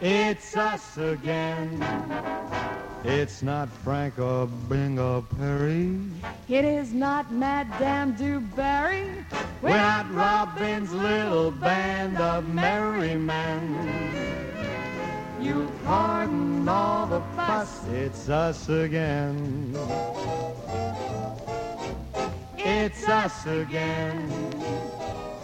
It's us again. It's not Frank or Bing or Perry. It is not Madame DuBarry. We're not Robin's little band of merry men. You pardon all the fuss. It's us again. It's us again.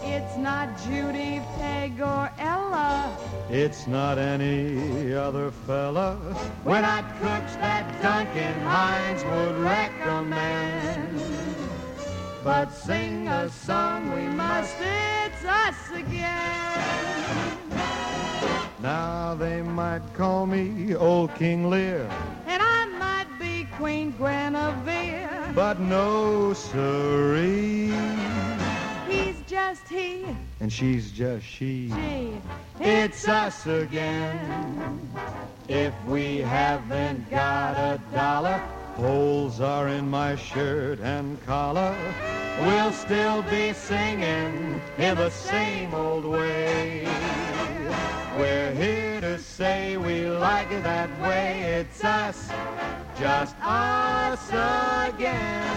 It's not Judy, Peg, or Ella. It's not any other fella. We're not cooks that Duncan Hines would recommend. But sing a song we must. It's us again. Now they might call me old King Lear. And I might be Queen Guinevere. But no siree. He's just he, And she's just she. she. It's us again. If we haven't got a dollar, holes are in my shirt and collar. We'll still be singing in the same old way. We're here to say we like it that way. It's us, just us again.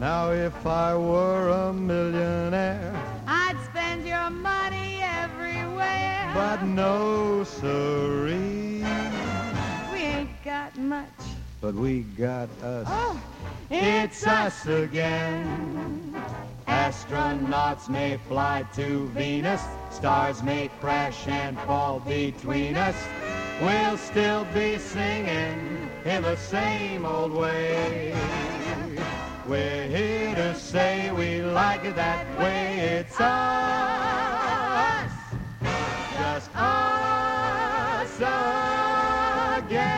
Now if I were a millionaire, I'd spend your money everywhere. but no siree. we ain't got much. But we got us. Oh, It's us again. Astronauts may fly to Venus. Stars may crash and fall between us. We'll still be singing in the same old way. We're here to say we like it that way. It's us. Just us again.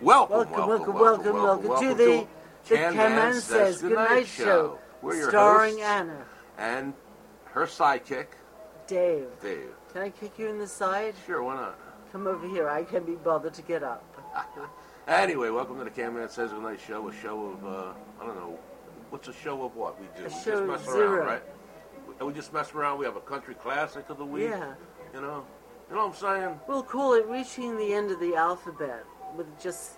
Welcome, Welcome, welcome, welcome, welcome, to the, the Can Can Man Man Says Goodnight Show, We're your starring hosts Anna, and her sidekick, Dave. Dave. Can I kick you in the side? Sure, why not? Come over here. I can be bothered to get up. Anyway, welcome to the Can Man Says Goodnight Show, a show of, uh, I don't know, what's a show of what we do? we show of just mess zero. around, right? We, we just mess around. We have a country classic of the week. Yeah. You know, you know what I'm saying? We'll call it reaching the end of the alphabet with just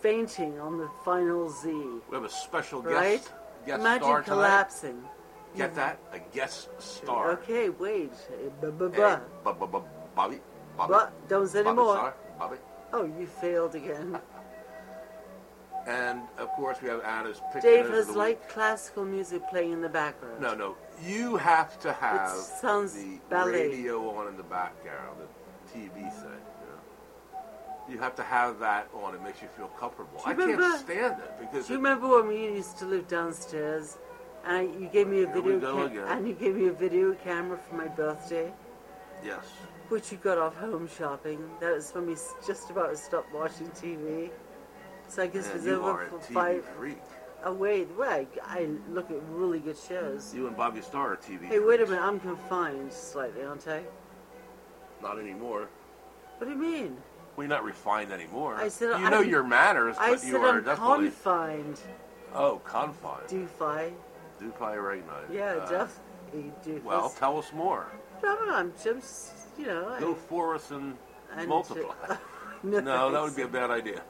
fainting on the final Z. We have a special guest, Right? guest Imagine star collapsing. tonight. Get that? A guest star. Okay, wait. Eh, buh, buh, Hey, buh. bu- bu- bu- Bobby, Bobby, Buh, Don't say any Bobby, more. sorry, Bobby. Oh, you failed again. And of course, we have Anna's picture. Dave of has the light week. classical music playing in the background. No, no. You have to have sounds the ballet. radio on in the background, the TV thing. You, know? you have to have that on. It makes you feel comfortable. Do I you remember- can't stand it because Do you it, remember when we used to live downstairs, and I, you gave me a Here we video, go again. and you gave me a video camera for my birthday, yes, which you got off home shopping. That was when we s- just about stopped watching TV. So I guess it Man, was you over are a for TV five. freak. Oh wait, wait! I look at really good shows. You and Bobby Starr are TV. Hey, wait a freaks. minute! I'm confined slightly, aren't I? Not anymore. What do you mean? We're not refined anymore. I said you know I'm- your manners, I but said you are I'm definitely confined. oh confined. Do, Doofy. Dupai Reignite. Yeah, Uh, definitely doofus. Well, tell us more. no, no, I'm just, you know. I- Go for us and And multiply. no, no, that would be a bad idea.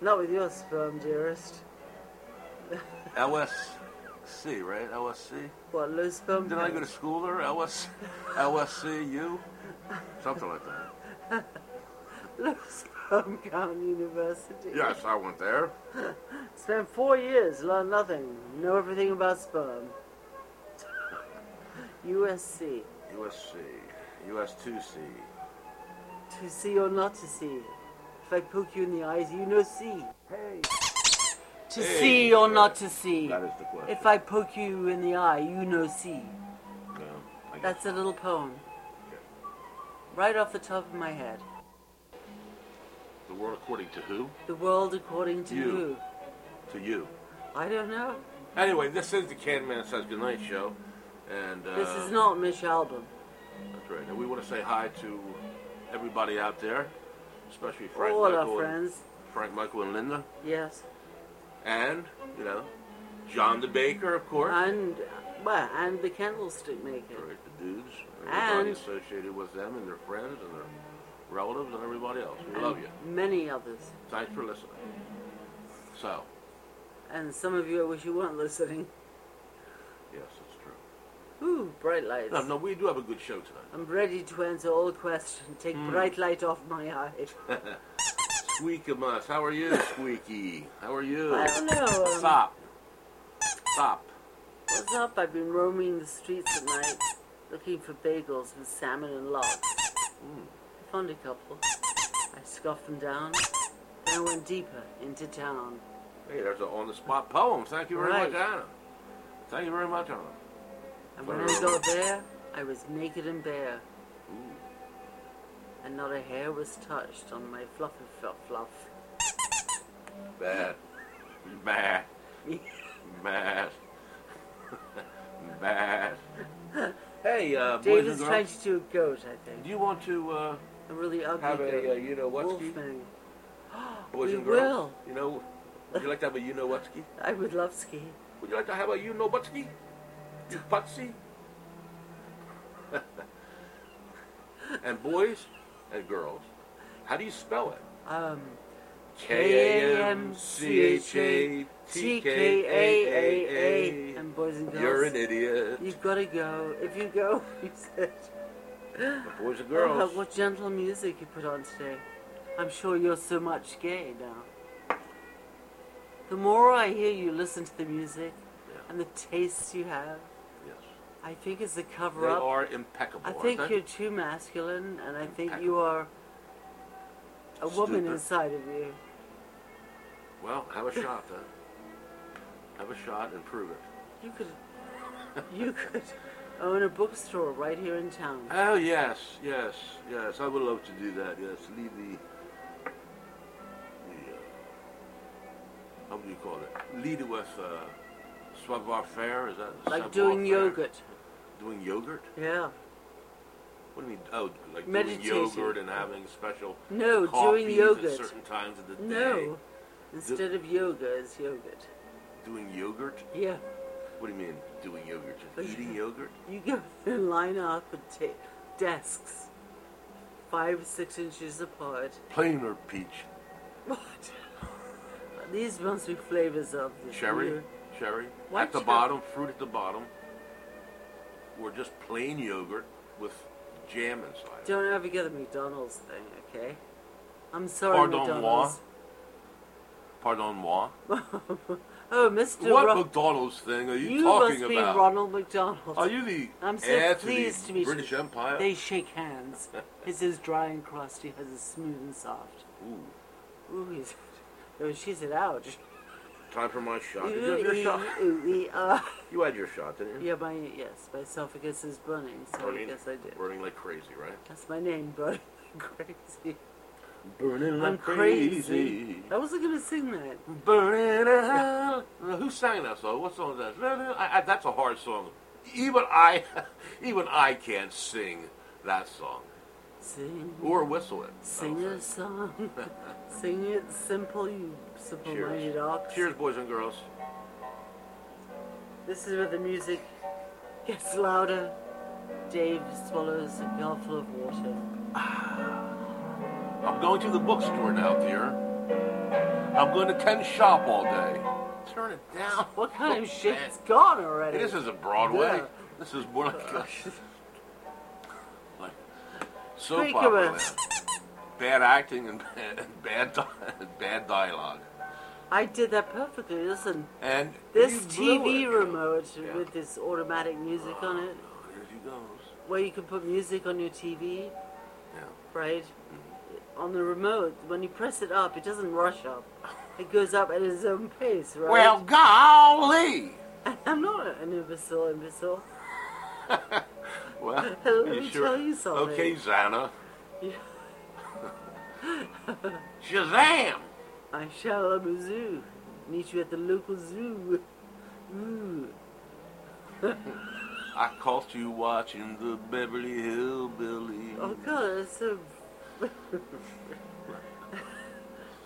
Not with your sperm, dearest. LSC, right? LSC. What, low sperm? Didn't I go to count? school there? LS, LSCU, something like that. Low sperm count university. Yes, I went there. Spent four years, learned nothing, know everything about sperm. USC. USC, US2C. To see or not to see. If I poke you in the eyes, you know see. Hey, To Hey, see or that- not to see. that is the question. If I poke you in the eye, you know see. No, Um, I guess- That's a little poem. Right off the top of my head. the world according to who? The world according to You. you. To you. I don't know. Anyway, this is the Can Man Says Goodnight show, and uh, This is not Mish Album. That's right. And we want to say hi to everybody out there, especially Frank All our Michael, and, friends. Frank Michael and Linda, Yes. and you know, John the Baker, of course. And well, and the candlestick maker. Right, the dudes, And- everybody associated with them and their friends and their relatives and everybody else. We and love you. Many others. Thanks for listening. So, And some of you I wish you weren't listening. yes, it's true. Ooh, bright lights. No, no, we do have a good show tonight. I'm ready to answer all questions. Take Hmm. bright light off my eye. Squeak of us. How are you, Squeaky? How are you? I don't know. um, Stop. Stop. What's up? I've been roaming the streets at night looking for bagels with salmon and lox. Hmm. I found a couple. I scoffed them down. Then I went deeper into town. Hey, there's an on-the-spot poem. Thank you very Right. much, Anna. Thank you very much, Anna. And when I got there, I was naked and bare. And not a hair was touched on my fluffy fluff fluff. Bad. Bad. Bad. Bad. Hey, uh, boys and David's girls, trying to do a goat, I think. do you want to uh, A really ugly have goat. a uh, you know whatski? Wolfman. Boys We and girls, will. you know, would you like to have a you know whatski? I would love ski. Would you like to have a you know whatski? You putsy? and boys and girls, how do you spell it? Um, K-A-M-C-H-A-T-K-A-A-A. And boys and girls. You're an idiot. You've got to go. If you go, you said. Boys and Oh, girls. what gentle music you put on today. I'm sure you're so much gay now. The more I hear you listen to the music Yeah, and the tastes you have, yes. I think it's a They cover up. are impeccable. I aren't think they? you're too masculine, and I think Impeccable. you are a woman Stupid. inside of you. Well, have a shot then. Have a shot and prove it. You could, you could own a bookstore right here in town. Oh yes, yes, yes. I would love to do that. Yes, leave the, the uh, how would you call it? Lead it with uh, savoir faire. Is that Like savoir doing faire? yogurt. Doing yogurt? Yeah. What do you mean? Oh, like Meditating. doing yogurt and having special No, coffees doing at yogurt. certain times of the day. No. Instead of yoga, it's yogurt. Doing yogurt? Yeah. What do you mean doing yogurt? Just eating yogurt? You go and line up and take desks five, six inches apart. Plain or peach? What? These must be flavors of the Cherry, beer. cherry. Why at the cherry? bottom, fruit at the bottom, or just plain yogurt with jam inside. it. Don't ever get a McDonald's thing, okay? I'm sorry, Pardon moi. McDonald's. Pardon moi. Oh, Mr. What Ro- McDonald's thing are you, you talking must be about? Ronald McDonald. Are you the I'm so heir to pleased the to meet British you. Empire? They shake hands. His is dry and crusty, hers is smooth and soft. Ooh, Ooh, he's, oh, she said, ouch. time for my shot. Did you have your shot? Yeah, You had your shot, didn't you? my yes, my esophagus is burning, so I Burning, guess I did. burning like crazy, right? That's my name, burning crazy. Burning I'm crazy. I wasn't gonna sing that. Burning out. Who sang that song? What song is that? I, I, that's a hard song. Even I, even I can't sing that song Sing, or whistle it. sing Oh, a song, sing it simple, you simple-minded ox. Cheers, boys and girls. This is where the music gets louder. Dave swallows a mouthful of water. I'm going to the bookstore now, dear. I'm going to Ken shop all day. Turn it down. What kind of Oh, shit man. has gone already? This isn't Broadway. Yeah. This is more like a, like soap Speak of opera. it. land. Bad acting and bad and bad, di- and bad dialogue. I did that perfectly. Listen, And this you blew TV it. remote Yeah. with this automatic music on it, Oh, Here she goes. where you can put music on your TV, Yeah. right? On the remote, when you press it up, it doesn't rush up. It goes up at its own pace, right? Well, golly. I'm not an imbecile, imbecile. Well, Let you me sure? tell you something. Okay, Xana. Yeah. Shazam! I shall have a zoo. Meet you at the local zoo. Ooh. I caught you watching the Beverly Hillbilly. Oh god, it's so.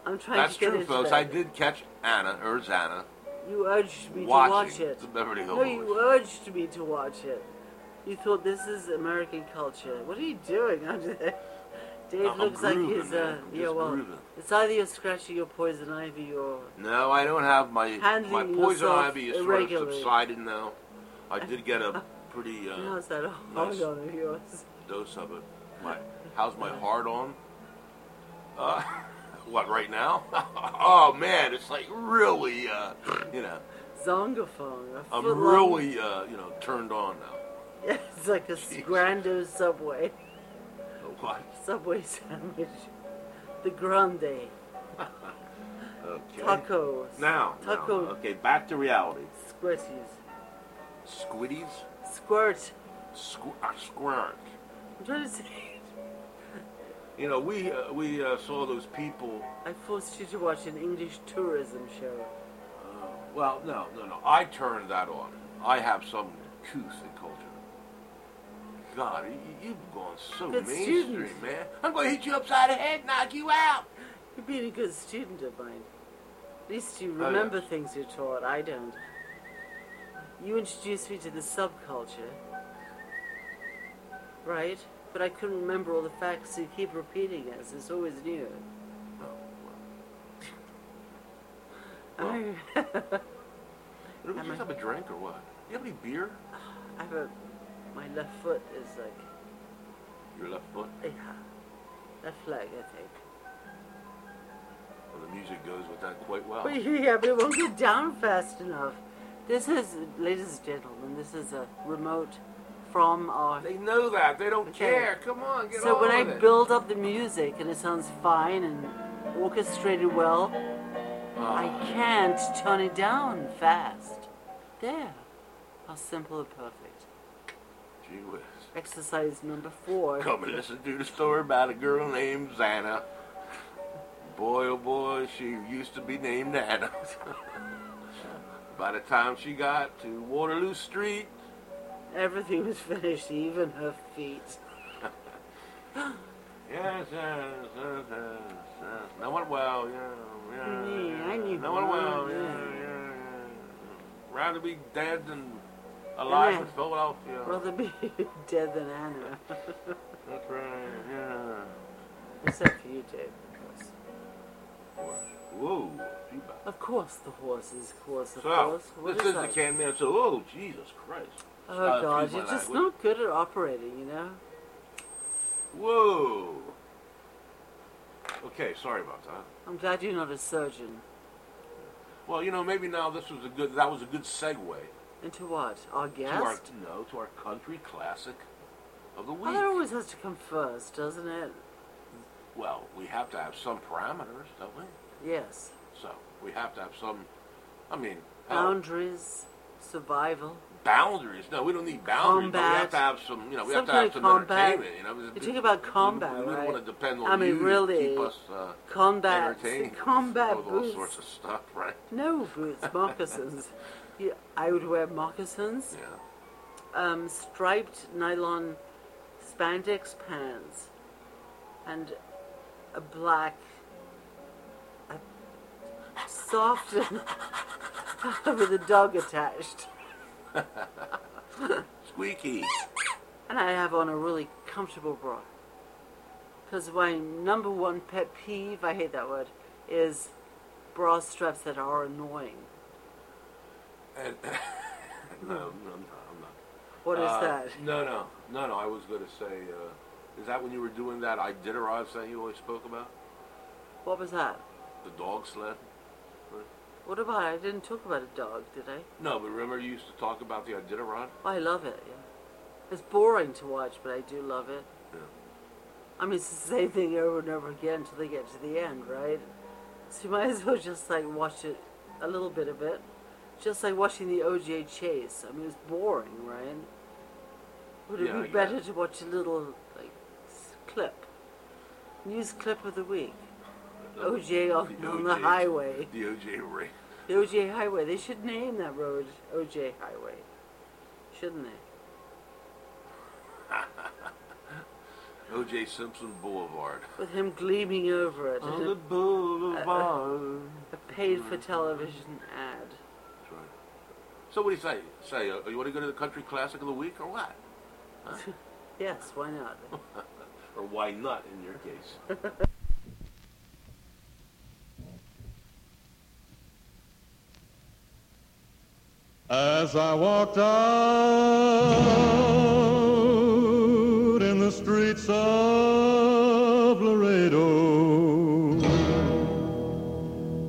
I'm trying That's to get true, into folks. that. I did catch Anna, or Zanna, You urged me watching to watch it. the Beverly No, Hillbillies. you urged me to watch it. You thought this is American culture. What are you doing under there? Dave I'm looks like Uh-huh. grooving, he's man. uh, I'm yeah. just Well, grooving. it's either you're scratching your poison ivy or No, I don't have my Handling my poison yourself ivy is sort of irregularly. subsided now. I did get a pretty uh, how's that nice. hard on of yours? dose of it. My, how's my heart on? Uh, what right now? oh man, it's like really, uh, you know, Zongophone. a I'm foot long- really, uh, you know, turned on now. It's like a Jeez. Grando Subway. What? Subway sandwich. The Grande. Okay. Tacos. Now, uh, now, Taco okay, back to reality. squirties. Squiddies, Squirt. squ- uh, squirt. I'm trying to say You know, we uh, we uh, saw those people. I forced you to watch an English tourism show. uh, Well, no, no, no. I turned that on. I have some couth in culture. God, you, you- you've gone so Good mainstream, student. man. I'm going to hit you upside the head, knock you out. You've been a good student of mine. At least you remember yes. things you're taught. I don't. You introduced me to the subculture. Right? But I couldn't remember all the facts, so you keep repeating us. It's always new. No, well, I, you know, you have a drink or what? You have any beer? I have a, my left foot is like Your left foot. Yeah. Left leg, I think. Well, the music goes with that quite well. But yeah, but it won't get down fast enough. This is, ladies and gentlemen, this is a remote from our. They know that. They don't Okay. care. Come on, get So on when I with it. build up the music and it sounds fine and orchestrated well, Ah. I can't turn it down fast. There. How simple and perfect. Gee whiz. Exercise number four. Come and listen to the story about a girl named Zanna. Boy, oh boy, she used to be named Anna. By the time she got to Waterloo Street, Everything was finished, even her feet. yes, yes, yes, yes, yes. No one well, yeah, yeah. Me, yeah. I knew no one well, her, yeah, yeah. yeah, yeah. Rather be dead than alive in Yeah. Philadelphia. Rather be dead than Anna. That's right, yeah. Except for you, Dave, of course. Whoa, you back. Of course, the horses, of course, of So, course. What this is is that? the can man. So, oh, Jesus Christ. Oh, Uh, God, excuse my you're just language. not good at operating, you know? Whoa. Okay, sorry about that. I'm glad you're not a surgeon. Well, you know, maybe now this was a good. That was a good segue Into what? Our to our guest? no to our country classic of the Oh, week. that always has to come first, doesn't it? Well, we have to have some parameters, don't we? Yes. So we have to have some. I mean, hell, Boundaries, survival. boundaries. No, we don't need boundaries. But we Combat. have to have some. You know, we have Some to kind have of some combat. entertainment. You know, You think about combat, We, we right? don't want to depend on I mean, you to really, keep us uh, Combat, entertained combat with all boots. sorts of stuff, right? No boots, moccasins. yeah, I would wear moccasins. Yeah. um, striped nylon spandex pants and a black, a soft, with a dog attached. Squeaky. And I have on a really comfortable bra. Because my number one pet peeve, I hate that word, is bra straps that are annoying. And, no, no, I'm not. I'm not. What is Uh, that? No, no, no, no. I was going to say, uh, is that when you were doing that Iditarod thing you always spoke about? What was that? The dog sled? What about? I didn't talk about a dog, did I? No, but remember you used to talk about the Iditarod? I love it. Yeah. It's boring to watch, but I do love it. Yeah. I mean, it's the same thing over and over again until they get to the end, right? So you might as well just like watch it a little bit of it, just like watching the OJ chase. I mean, it's boring, right? Would it Yeah, I be get better it. to watch a little like s- clip, news clip of the week? OJ on, The on the OJ highway, The OJ Ray. the OJ highway. They should name that road OJ Highway, shouldn't they? O.J. Simpson Boulevard. with him gleaming over it. On the boulevard. a paid for television ad. That's right. So what do you say? Say, uh, you want to go to the country classic of the week or what? Yes, why not? Or why not in your case? As I walked out in the streets of Laredo,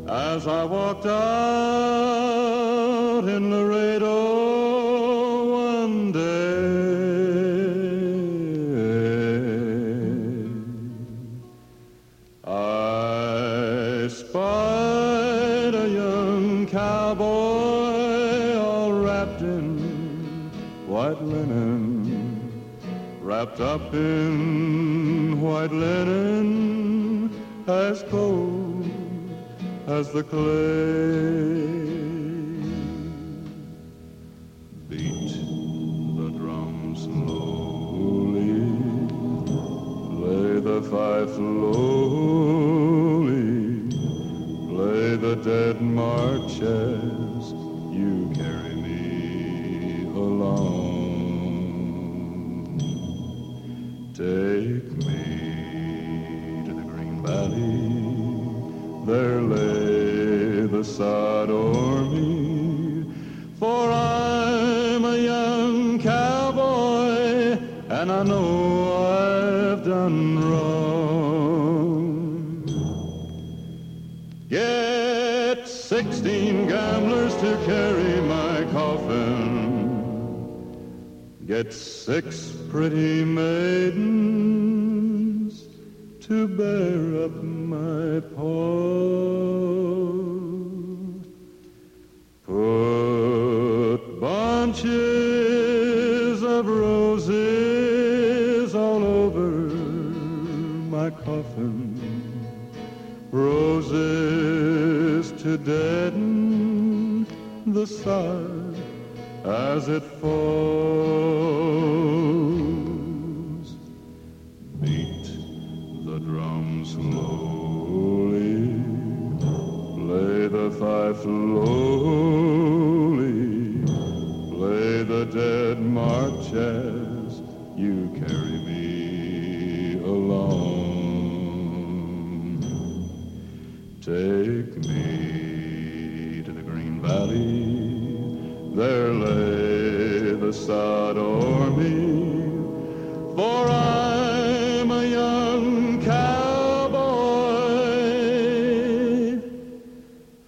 as I walked out in Laredo one day, I spied a young cowboy all wrapped in white linen, wrapped up in white linen, as cold as the clay. Beat the drum slowly. Play the fife slowly. Play the dead march as you carry me along. Take me to the green valley. There lay the sod o'er me. For I'm a young cowboy and I know I've done wrong. Get 16 gamblers to carry my coffin. Get six pretty maidens to bear up my pall. Put bunches of roses all over my coffin. Roses to deaden the sod as it falls. Beat the drum slowly. Play the fife slowly. Play the dead march as you carry me along. Take me to the green valley. There lay the sod o'er me. For I'm a young cowboy,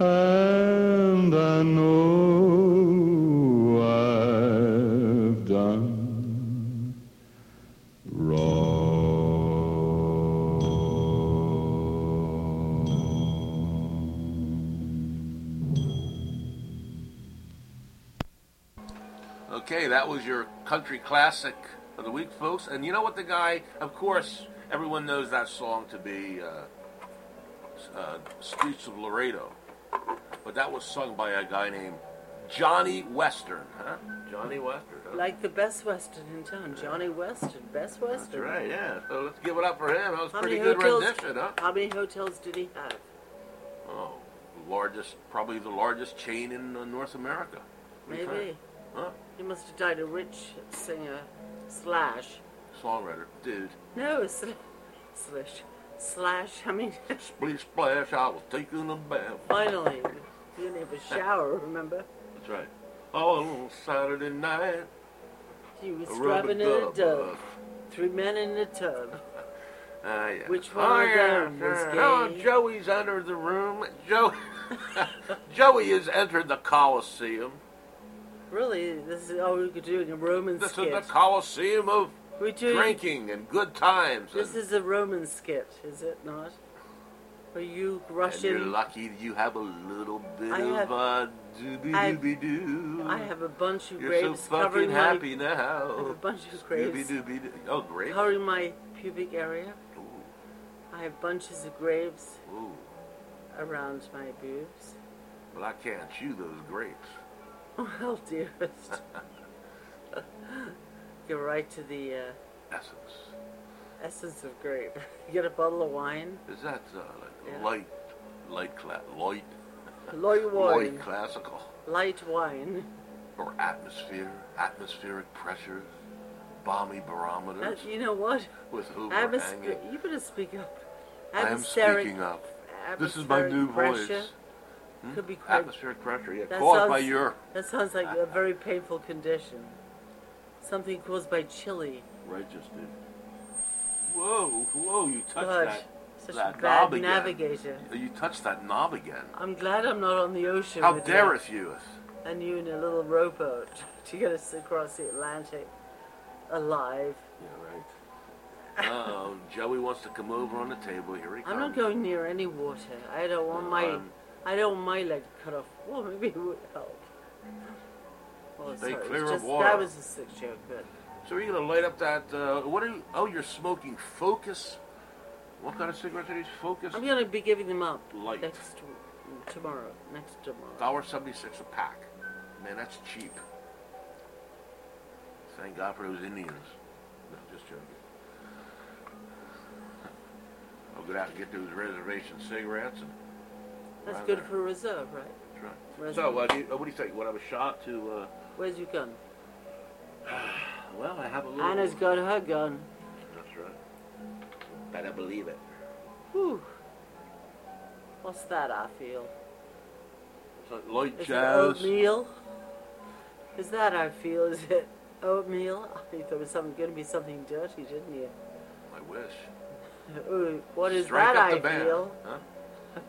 and I know I've done wrong. okay, that was your country classic of the week, folks. And you know what the guy, of course, everyone knows that song to be uh, uh, Streets of Laredo. But that was sung by a guy named Johnny Western, huh? Johnny Western, huh? Like the best Western in town, Johnny Western, best That's Western. right, yeah. So let's give it up for him. That was How pretty many good hotels? rendition, huh? How many hotels did he have? Oh, largest, probably the largest chain in uh, North America. What do you Maybe think? Huh? he must have died a rich singer slash. Songwriter, dude. No, sl- slash slash. I mean, Splish splash, I was taking a bath. finally, he didn't have a shower. Remember, That's right. Oh, on Saturday night, he was a uh, rubber scrubbing in a dub. tub. Three men in a tub. Ah, yeah. Which one one of them was Oh, gay? Joey's entered the room. Joe, Joey has entered the Coliseum. Really, this is all we could do in a Roman This skit. is the Coliseum of We're doing drinking and good times. This and- is a Roman skit, is it not? Are And you you're Russian? lucky you have a little bit I of have- uh, doobie I've- doobie doo. I have a bunch of You're so grapes fucking covering happy my. I have a now. bunch of Doobie grapes doobie doo. Oh, grapes. covering my pubic area. Ooh, I have bunches of grapes ooh. around my boobs. Well, I can't chew those grapes. Well, dearest. Go right to the uh, Essence. essence of grape. Get a bottle of wine. Is that uh, Yeah. like light, light, cla- light, Light wine. light classical Light wine. or atmosphere, atmospheric pressures, balmy Uh, barometers you know what? with who Atmos- hanging? you better speak up. I am Atmospheric- speaking up. This is my atmospheric new pressure voice. Could be quite, Atmospheric pressure, yeah, That caused sounds- by your that sounds like a very painful condition. Something caused by chili. righteousness. Whoa, whoa! You touched God, that. such that knob a bad again. navigator. You touched that knob again. I'm glad I'm not on the ocean. How with dare you it you? And you in a little rowboat to get us across the Atlantic alive. Yeah, right. Uh-oh, Joey wants to come over on the table. Here he comes. I'm not going near any water. I don't want No, my I'm- I don't want my leg cut off. Well, maybe it would help. Oh, Stay sorry, it's clear of just- water. That was a sick joke. Good. So are you gonna light up that? Uh, what are you? Oh, you're smoking Focus. What kind of cigarettes are these? Focus. I'm gonna be giving them up Light. next tomorrow. Next tomorrow. Dollar seventy-six a pack. Man, that's cheap. Thank God for those Indians. No, just joking. I'll get out and get those reservation cigarettes and That's Right good there. for reserve, right? try. Res- So, uh, do you, uh, what do you think? What have a shot to? Uh, Where's your gun? well, I have a little. Anna's got her gun. That's right. Better believe it. Whew. What's that I feel? It's like Lloyd Is Jazz. it oatmeal? Is that I feel? Is it oatmeal? I think there was something going to be something dirty, didn't you? I wish. Ooh, what is Strike that up I the band. feel? Huh?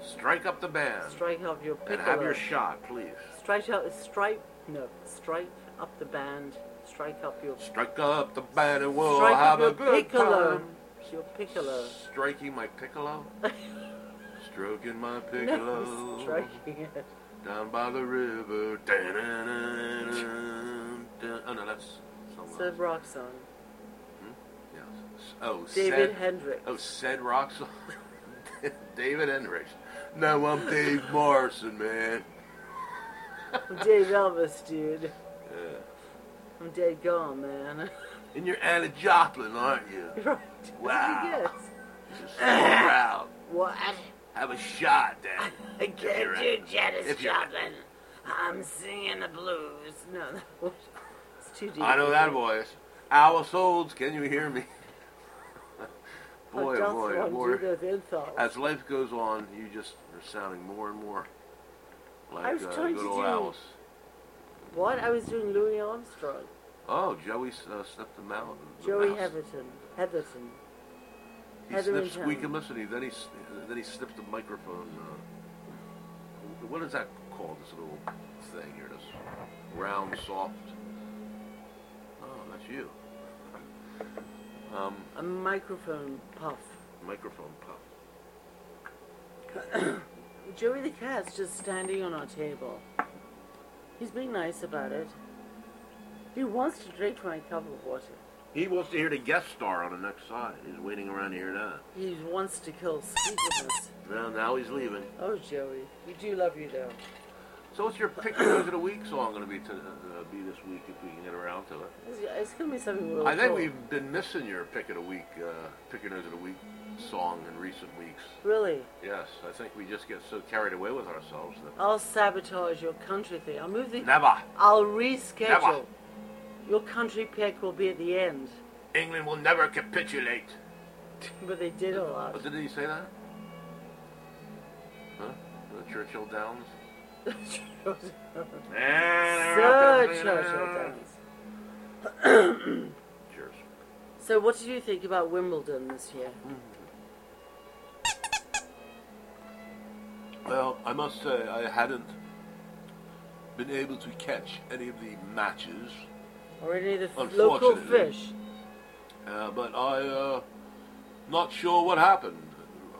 Strike up the band. Strike up your and piccolo. have your shot, please. strike up, strike, no, strike up the band. Strike up your. Strike up the band and we'll strike have up your a good piccolo. time. Your piccolo. Striking my piccolo. Stroking my piccolo. No, striking it. Down by the river. Da-na-na-na-na. Da- Oh no, that's It's someone a else. rock song. Yes. Oh, David said, Hendricks. Oh, said rock song. David Hendricks. No, I'm Dave Morrison, man. Dave Elvis, dude. Yeah. I'm dead gone, man. And you're Anna Joplin, aren't you? right. Wow. Yes. Just so proud. What? Have a shot, Dad. I can't do Janis If you're- Joplin. I'm singing the blues. No, that it's too deep. I know that voice. Our souls, can you hear me? boy, oh boy, oh boy. Do those insults. As life goes on, you just are sounding more and more like I was uh, trying good to old do- Alice. What? I was doing Louis Armstrong. Oh, Joey uh, snipped the mountain. the Joey mouse. Heatherton. Heatherton. He Heather snipped and Squeak Tom. and Listen. He, then he s- then he snipped the microphone. Uh, what is that called? This little thing here, this round, soft. Oh, that's you. Um, A microphone puff. microphone puff. Joey the cat's just standing on our table. He's being nice about it. He wants to drink my cup of water. He wants to hear the guest star on the next side. He's waiting around to hear that. He wants to kill sleepiness. Well, now he's leaving. Oh, Joey, we do love you though. So what's your pick of the week song going to be to uh, be this week if we can get around to it? It's, it's gonna be something real. I think cool. we've been missing your pick of the week, uh, pick of the week song in recent weeks. really. Yes, I think we just get so carried away with ourselves that I'll sabotage your country thing. I'll move the. never I'll reschedule. Never. Your country pick will be at the end, England will never capitulate. but they did a Oh, lot. did he say that? Huh? The Churchill Downs. Sir Churchill uh, Downs. Cheers. So, what did you think about Wimbledon this year? Well, I must say I hadn't been able to catch any of the matches, Or any of the f- local Unfortunately. fish? uh, but I uh, not sure what happened.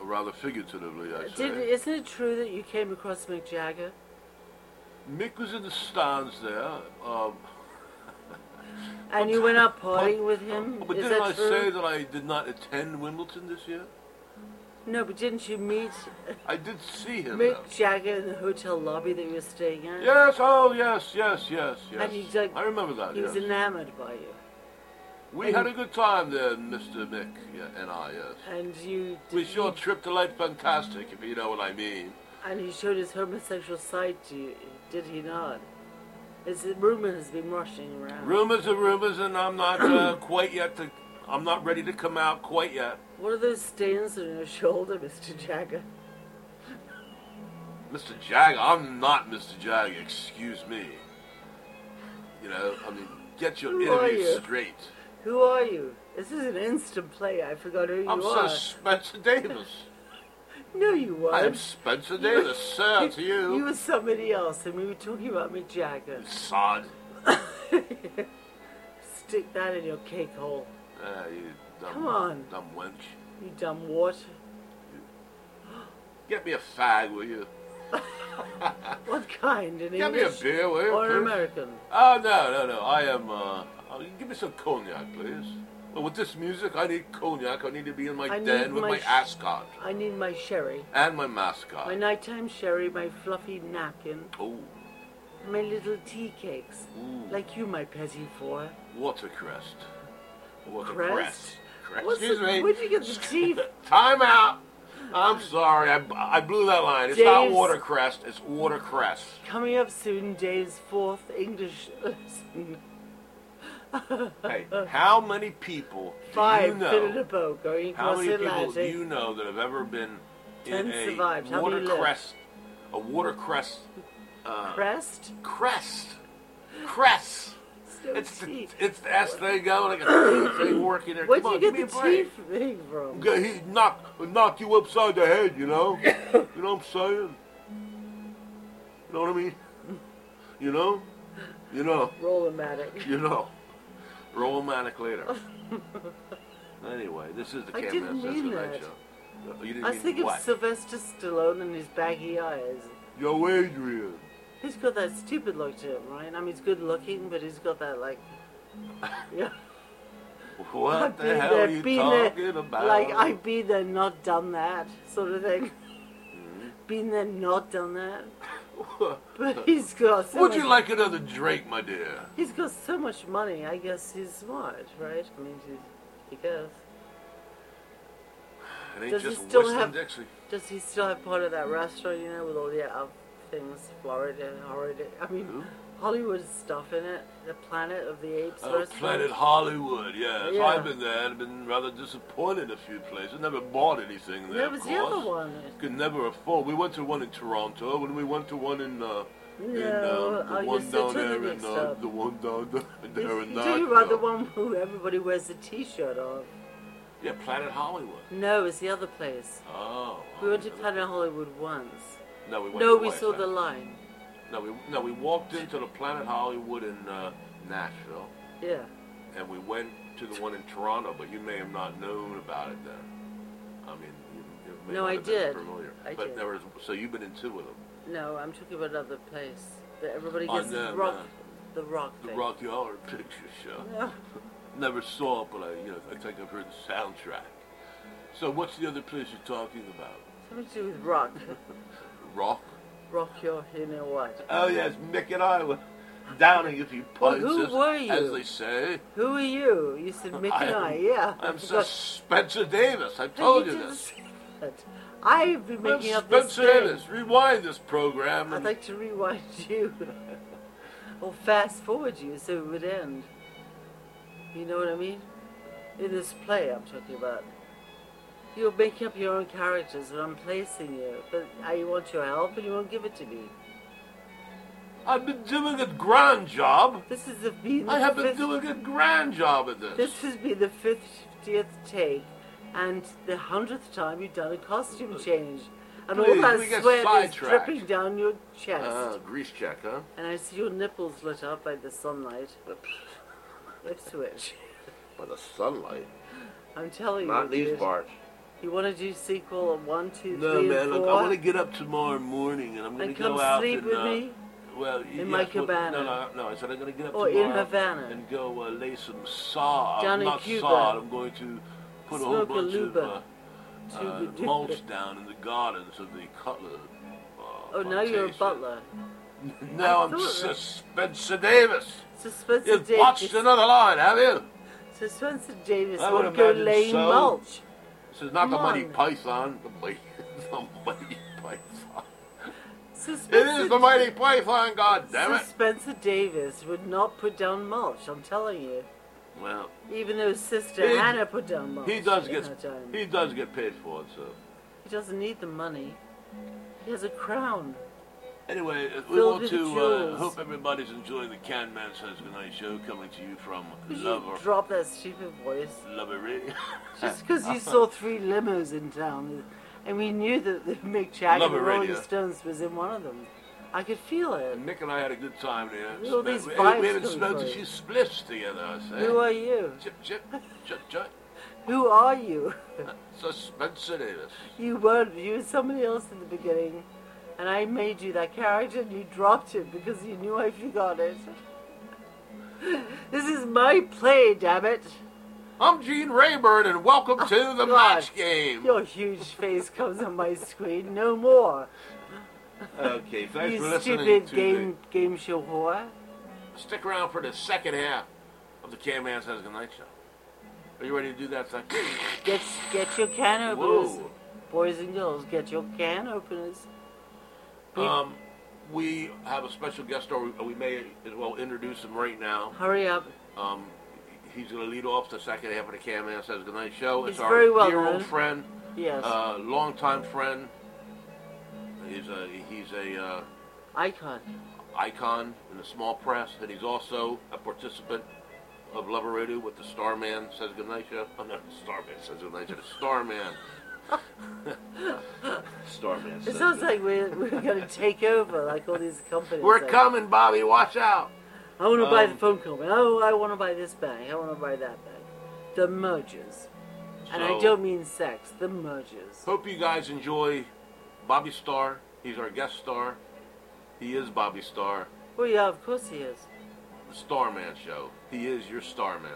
Rather figuratively, I say. Did, isn't it true that you came across Mick Jagger? Mick was in the stands there. Um, Oh, And you went out but- partying with him? Oh, But Is didn't that I true? say that I did not attend Wimbledon this year? No, but didn't you meet I did see him. Mick though. Jagger in the hotel lobby that you were staying at? Yes, oh, yes, yes, yes, yes. And he dug- I remember that, He was yes. enamored by you. We had a good time there, Mr. Mick yeah, and I, yes. And you did We sure tripped the light fantastic, if you know what I mean. And he showed his homosexual side to you, did he not? It's a rumor has been rushing around. Rumors are rumors, and I'm not uh, quite yet to. I'm not ready to come out quite yet. what are those stains on your shoulder, Mr. Jagger? Mr. Jag, I'm not Mr. Jag, excuse me. You know, I mean, get your Who are interview you? straight. Who are you? This is an instant play. I forgot who you I'm are. Sir Spencer Davis. no, you I am weren't. Spencer Davis, sir, to you. You were somebody else, and we were talking about Mick Jagger. sod. Stick that in your cake hole, Ah, you dumb, Come on. dumb wench. you dumb wart. Get me a fag, will you? What kind? Get An me a English beer, will you? or an please? American? Oh, no, no, no. I am, uh, oh, give me some cognac, please. Well, with this music, I need cognac. I need to be in my I den need with my my sh- ascot I need my sherry, and my mascot. my nighttime sherry, my fluffy napkin, oh, my little tea cakes, Ooh. like you, my petty four. watercress. Watercress. Crest? Crest. What's Excuse the- me. Where'd you get the tea? f- Time out. I'm sorry. I, I blew that line. It's not Dave's- watercress. It's watercress. Coming up soon, Dave's fourth English lesson. Hey, how many people do Uh, Five, you know? fit in a boat, going How across many the people do Atlantic. you know that have ever been in Ten a survived. How many lived? watercress, a watercress Crest? crest, crest? So It's the, tea. it's the S thing going. I got the thing working there. Where'd Come you on, get give the me a break. tea thing from? G- He knock knock you upside the head, you know. you know what I'm saying? You know what I mean? You know? You know? Rollmatic. You know? Romantic later. anyway, this is the I Cam didn't Nance Says mean Tonight that. Show. No, You didn't I mean was thinking what? of Sylvester Stallone and his baggy eyes. Yo, Adrian. He's got that stupid look to him, right? I mean, he's good looking, but he's got that like. Yeah. What I've the been hell there, are you been talking there, about? Like I've been there, not done that sort of thing. Mm-hmm. Been there, not done that. But he's got. So Would much, you like another drink, my dear? He's got so much money. I guess he's smart, right? I mean, he's, he goes. It ain't Does he just still Winston have- Dixie. Does he still have part of that restaurant? You know, with all the uh, things, Florida, Florida. I mean, Who? Hollywood stuff in it. The Planet of the Apes Oh, restaurant. Planet Hollywood, yes. Yeah. I've been there and been rather disappointed a few places. Never bought anything there, There was of the course. other one. Could never afford. We went to one in Toronto, and we went to one in, uh, in um, No, oh, the you're one down so totally there in, mixed uh, up. the one down there You're in talking about Knoxville. the one who everybody wears a T-shirt of. Yeah, Planet Hollywood. No, it's the other place. Oh. We went to okay. Planet Hollywood once. No, we went No, to we saw YSL. the line. No, we no, we walked into the Planet Hollywood in uh, Nashville, Yeah. and we went to the one in Toronto. But you may have not known about it then. I mean, you, it may No, not I have been did. Familiar. I but did. there was so you've been in two of them. No, I'm talking about another place that everybody Oh, gets no, the rock, no. the rock The thing. Rocky Horror Picture Show. No. Never saw it, but I you know I think I've heard the soundtrack. So what's the other place you're talking about? Something to do with rock. Rock? rock your, you know what? Oh yes, Mick and I were downing a few pints. who as, were you? As they say. Who are you? You said Mick I and am- I. Yeah. I'm Sir Because- Spencer Davis. I But told you you didn't this. say that. I've been Well, making up this Spencer thing. Davis, rewind this program. I'd And like to rewind you. or fast forward you so it would end. You know what I mean? In this play I'm talking about. You're making up your own characters and I'm placing you. But I want your help and you won't give it to me. I've been doing a grand job. This is the been I have been fifth, doing a grand job at this. This has been the fiftieth take and the hundredth time you've done a costume change. And Please, all we that get sweat is sidetracked. dripping down your chest. Ah, grease check, huh? And I see your nipples lit up by the sunlight. Ipswich. By the sunlight. I'm telling Not you. these dude. parts. You want to do sequel of one, two, three, No, man. and Look, four? I want to get up tomorrow morning, and I'm going And to come go out sleep and, with uh, me? Well, y- yes, my well, cabana. No, no, no. I said I'm going to get up Or in tomorrow Havana. and go uh, lay some sod. Down in Not Cuba. sod. I'm going to put a whole Smoke a bunch of luba. uh, uh, Tuba-duba. mulch down in the gardens of the Cutler. Uh, Oh, now you're a plantation. butler. Now I I'm thought- Sir Spencer Davis. So Spencer You've Davis. watched another line, have you? So Spencer Davis I would would go imagine lay so. mulch. This is not the Come Money on. Python. The Mighty, the Mighty Python. So It Spencer, is the Mighty Python. God damn so it! Spencer Davis would not put down mulch, I'm telling you. Well, Even though his sister He- Hannah put down mulch. he does in get her time. he does get paid for it. So He doesn't need the money. He has a crown. anyway, we Filled want with to uh, jewels. hope everybody's enjoying the Can Man Says Goodnight show coming to you from Would you Lover drop that stupid voice? Lovery Just because you saw three limos in town, and we knew that the Mick Jagger Love it, and Rolling radio. Stones was in one of them. I could feel it. And Nick and I had a good time there. Where all Sma- these we, vibes we haven't come smoked from? a few spliffs together. I say. Who are you? uh, Chip, chip, chip, chip. Who are you? So Spencer Davis. You weren't. You were somebody else in the beginning, and I made you that character, and you dropped it because you knew I forgot it. This is my play, damn it! I'm Gene Rayburn, and welcome to the Oh, God. match game. Your huge face comes on my screen no more. Okay, thanks for you listening stupid to game game show whore. the- Stick around for the second half of the Can Man Says Goodnight show. Are you ready to do that thing? Get get your can openers, Whoa. boys and girls. Get your can openers. We- Um, we have a special guest, or we, we may as well introduce him right now. Hurry up. Um, he's going to lead off the second half of the Can Man Says Goodnight show. It's He's our very well dear known. old friend, Yes. uh, longtime friend. He's a he's a uh, Icon. icon in the small press, and he's also a participant of Lover Radio with the Starman Says Goodnight Show. Oh, no, the Starman Says Goodnight Show. The Starman. Starman It says sounds Goodnight. like we're, we're going to take over like all these companies. We're are. coming, Bobby. Watch out. I want to buy the Um, phone company. Oh, I want to buy this bank. I want to buy that bank. The mergers. and I So- don't mean sex. The mergers. Hope you guys enjoy Bobby Starr. He's our guest star. He is Bobby Starr. Well, Oh, yeah, of course he is. The Starman Show. He is your Starman.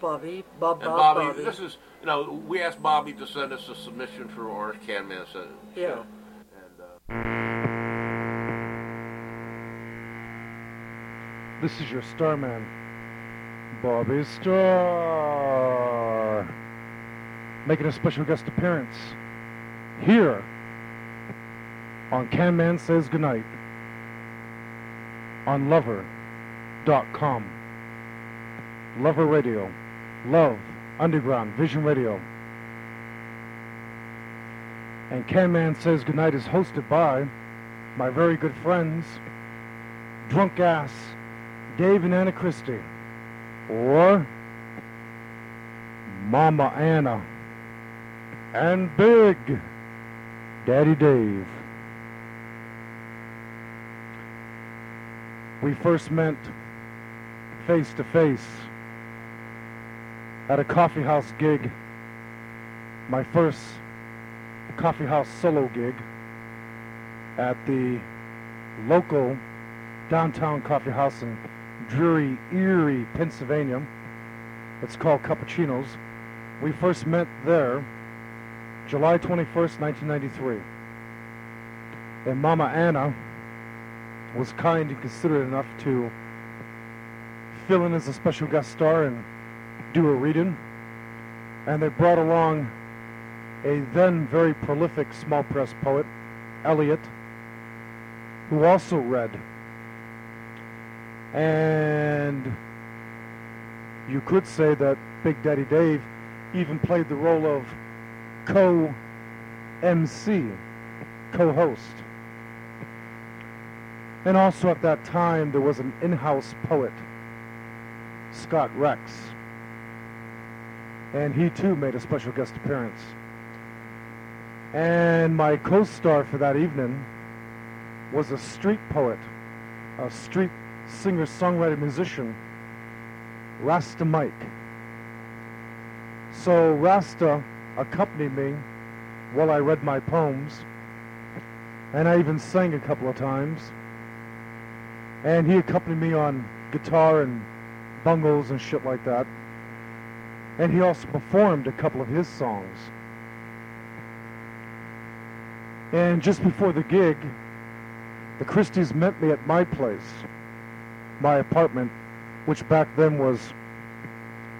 Bobby. Bob. And Bob. Bobby, Bobby. this is, you know, we asked Bobby to send us a submission for our Can Man Says Yeah. Show. And, uh, This is your Starman, Bobby Star, making a special guest appearance here on Can Man Says Goodnight on Lover.com. Lover Radio, Love Underground Vision Radio. And Can Man Says Goodnight is hosted by my very good friends, Drunk Ass. Dave and Anna Christie, or Mama Anna, and Big Daddy Dave. We first met face to face at a coffee house gig, my first coffee house solo gig at the local downtown coffee house in dreary Erie, Pennsylvania. It's called Cappuccinos. We first met there July 21st, 1993. And Mama Anna was kind and considerate enough to fill in as a special guest star and do a reading. And they brought along a then very prolific small press poet, Eliot, who also read and you could say that Big Daddy Dave even played the role of co MC, co host. And also at that time, there was an in house poet, Scott Rex. And he too made a special guest appearance. And my co star for that evening was a street poet, a street singer, songwriter, musician, Rasta Mike. So Rasta accompanied me while I read my poems, and I even sang a couple of times. And he accompanied me on guitar and bungles and shit like that. And he also performed a couple of his songs. And just before the gig, the Christies met me at my place my apartment, which back then was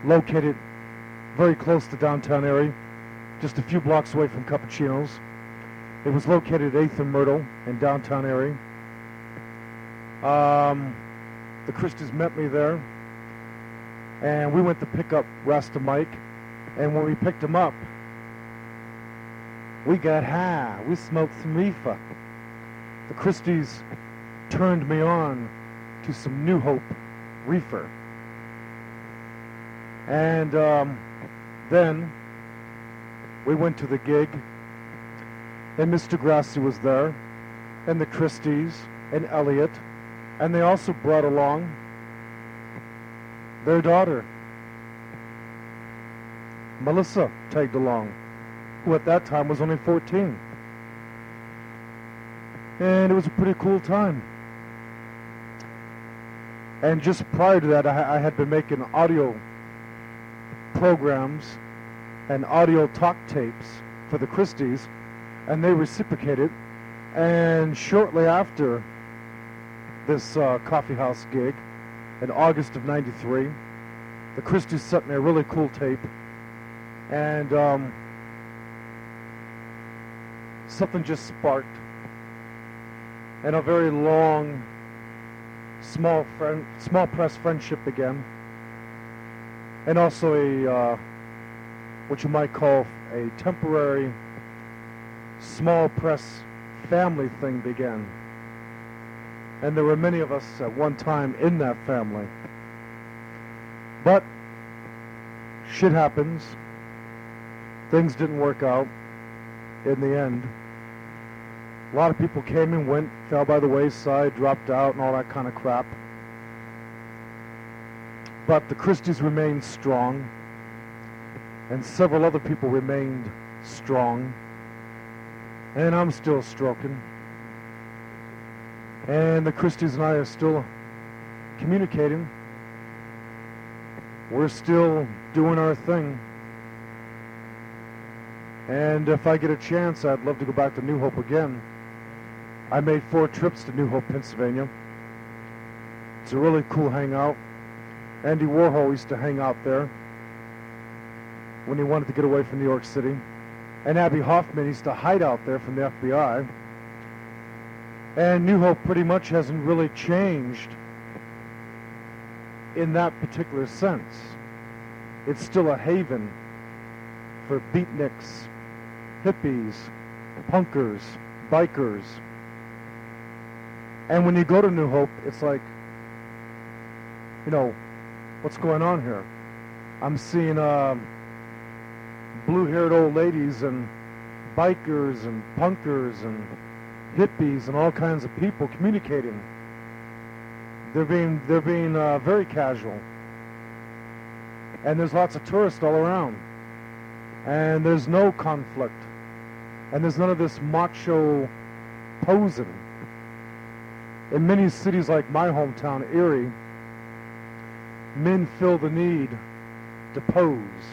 located very close to downtown Erie, just a few blocks away from Cappuccino's. It was located at 8th and Myrtle in downtown Erie. Um, the Christies met me there, and we went to pick up Rasta Mike. And when we picked him up, we got high. We smoked some reefer. The Christies turned me on to some New Hope reefer. And um, then we went to the gig, and Mr. Grassi was there, and the Christies, and Elliot, and they also brought along their daughter, Melissa, tagged along, who at that time was only 14. And it was a pretty cool time. And just prior to that, I, I had been making audio programs and audio talk tapes for the Christies, and they reciprocated. And shortly after this uh, coffee house gig, in August of '93, the Christies sent me a really cool tape, and um, something just sparked, and a very long, small friend, small press friendship began, and also a uh, what you might call a temporary small press family thing began. And there were many of us at one time in that family. But shit happens. Things didn't work out in the end. A lot of people came and went, fell by the wayside, dropped out, and all that kind of crap. But the Christies remained strong and several other people remained strong. And I'm still stroking. And the Christies and I are still communicating. We're still doing our thing. And if I get a chance, I'd love to go back to New Hope again. I made four trips to New Hope, Pennsylvania. It's a really cool hangout. Andy Warhol used to hang out there when he wanted to get away from New York City. And Abby Hoffman used to hide out there from the FBI. And New Hope pretty much hasn't really changed in that particular sense. It's still a haven for beatniks, hippies, punkers, bikers. And when you go to New Hope, it's like, you know, what's going on here? I'm seeing um, blue-haired old ladies and bikers and punkers and hippies and all kinds of people communicating. They're being they're being uh, very casual, and there's lots of tourists all around, and there's no conflict, and there's none of this macho posing. In many cities like my hometown, Erie, men feel the need to pose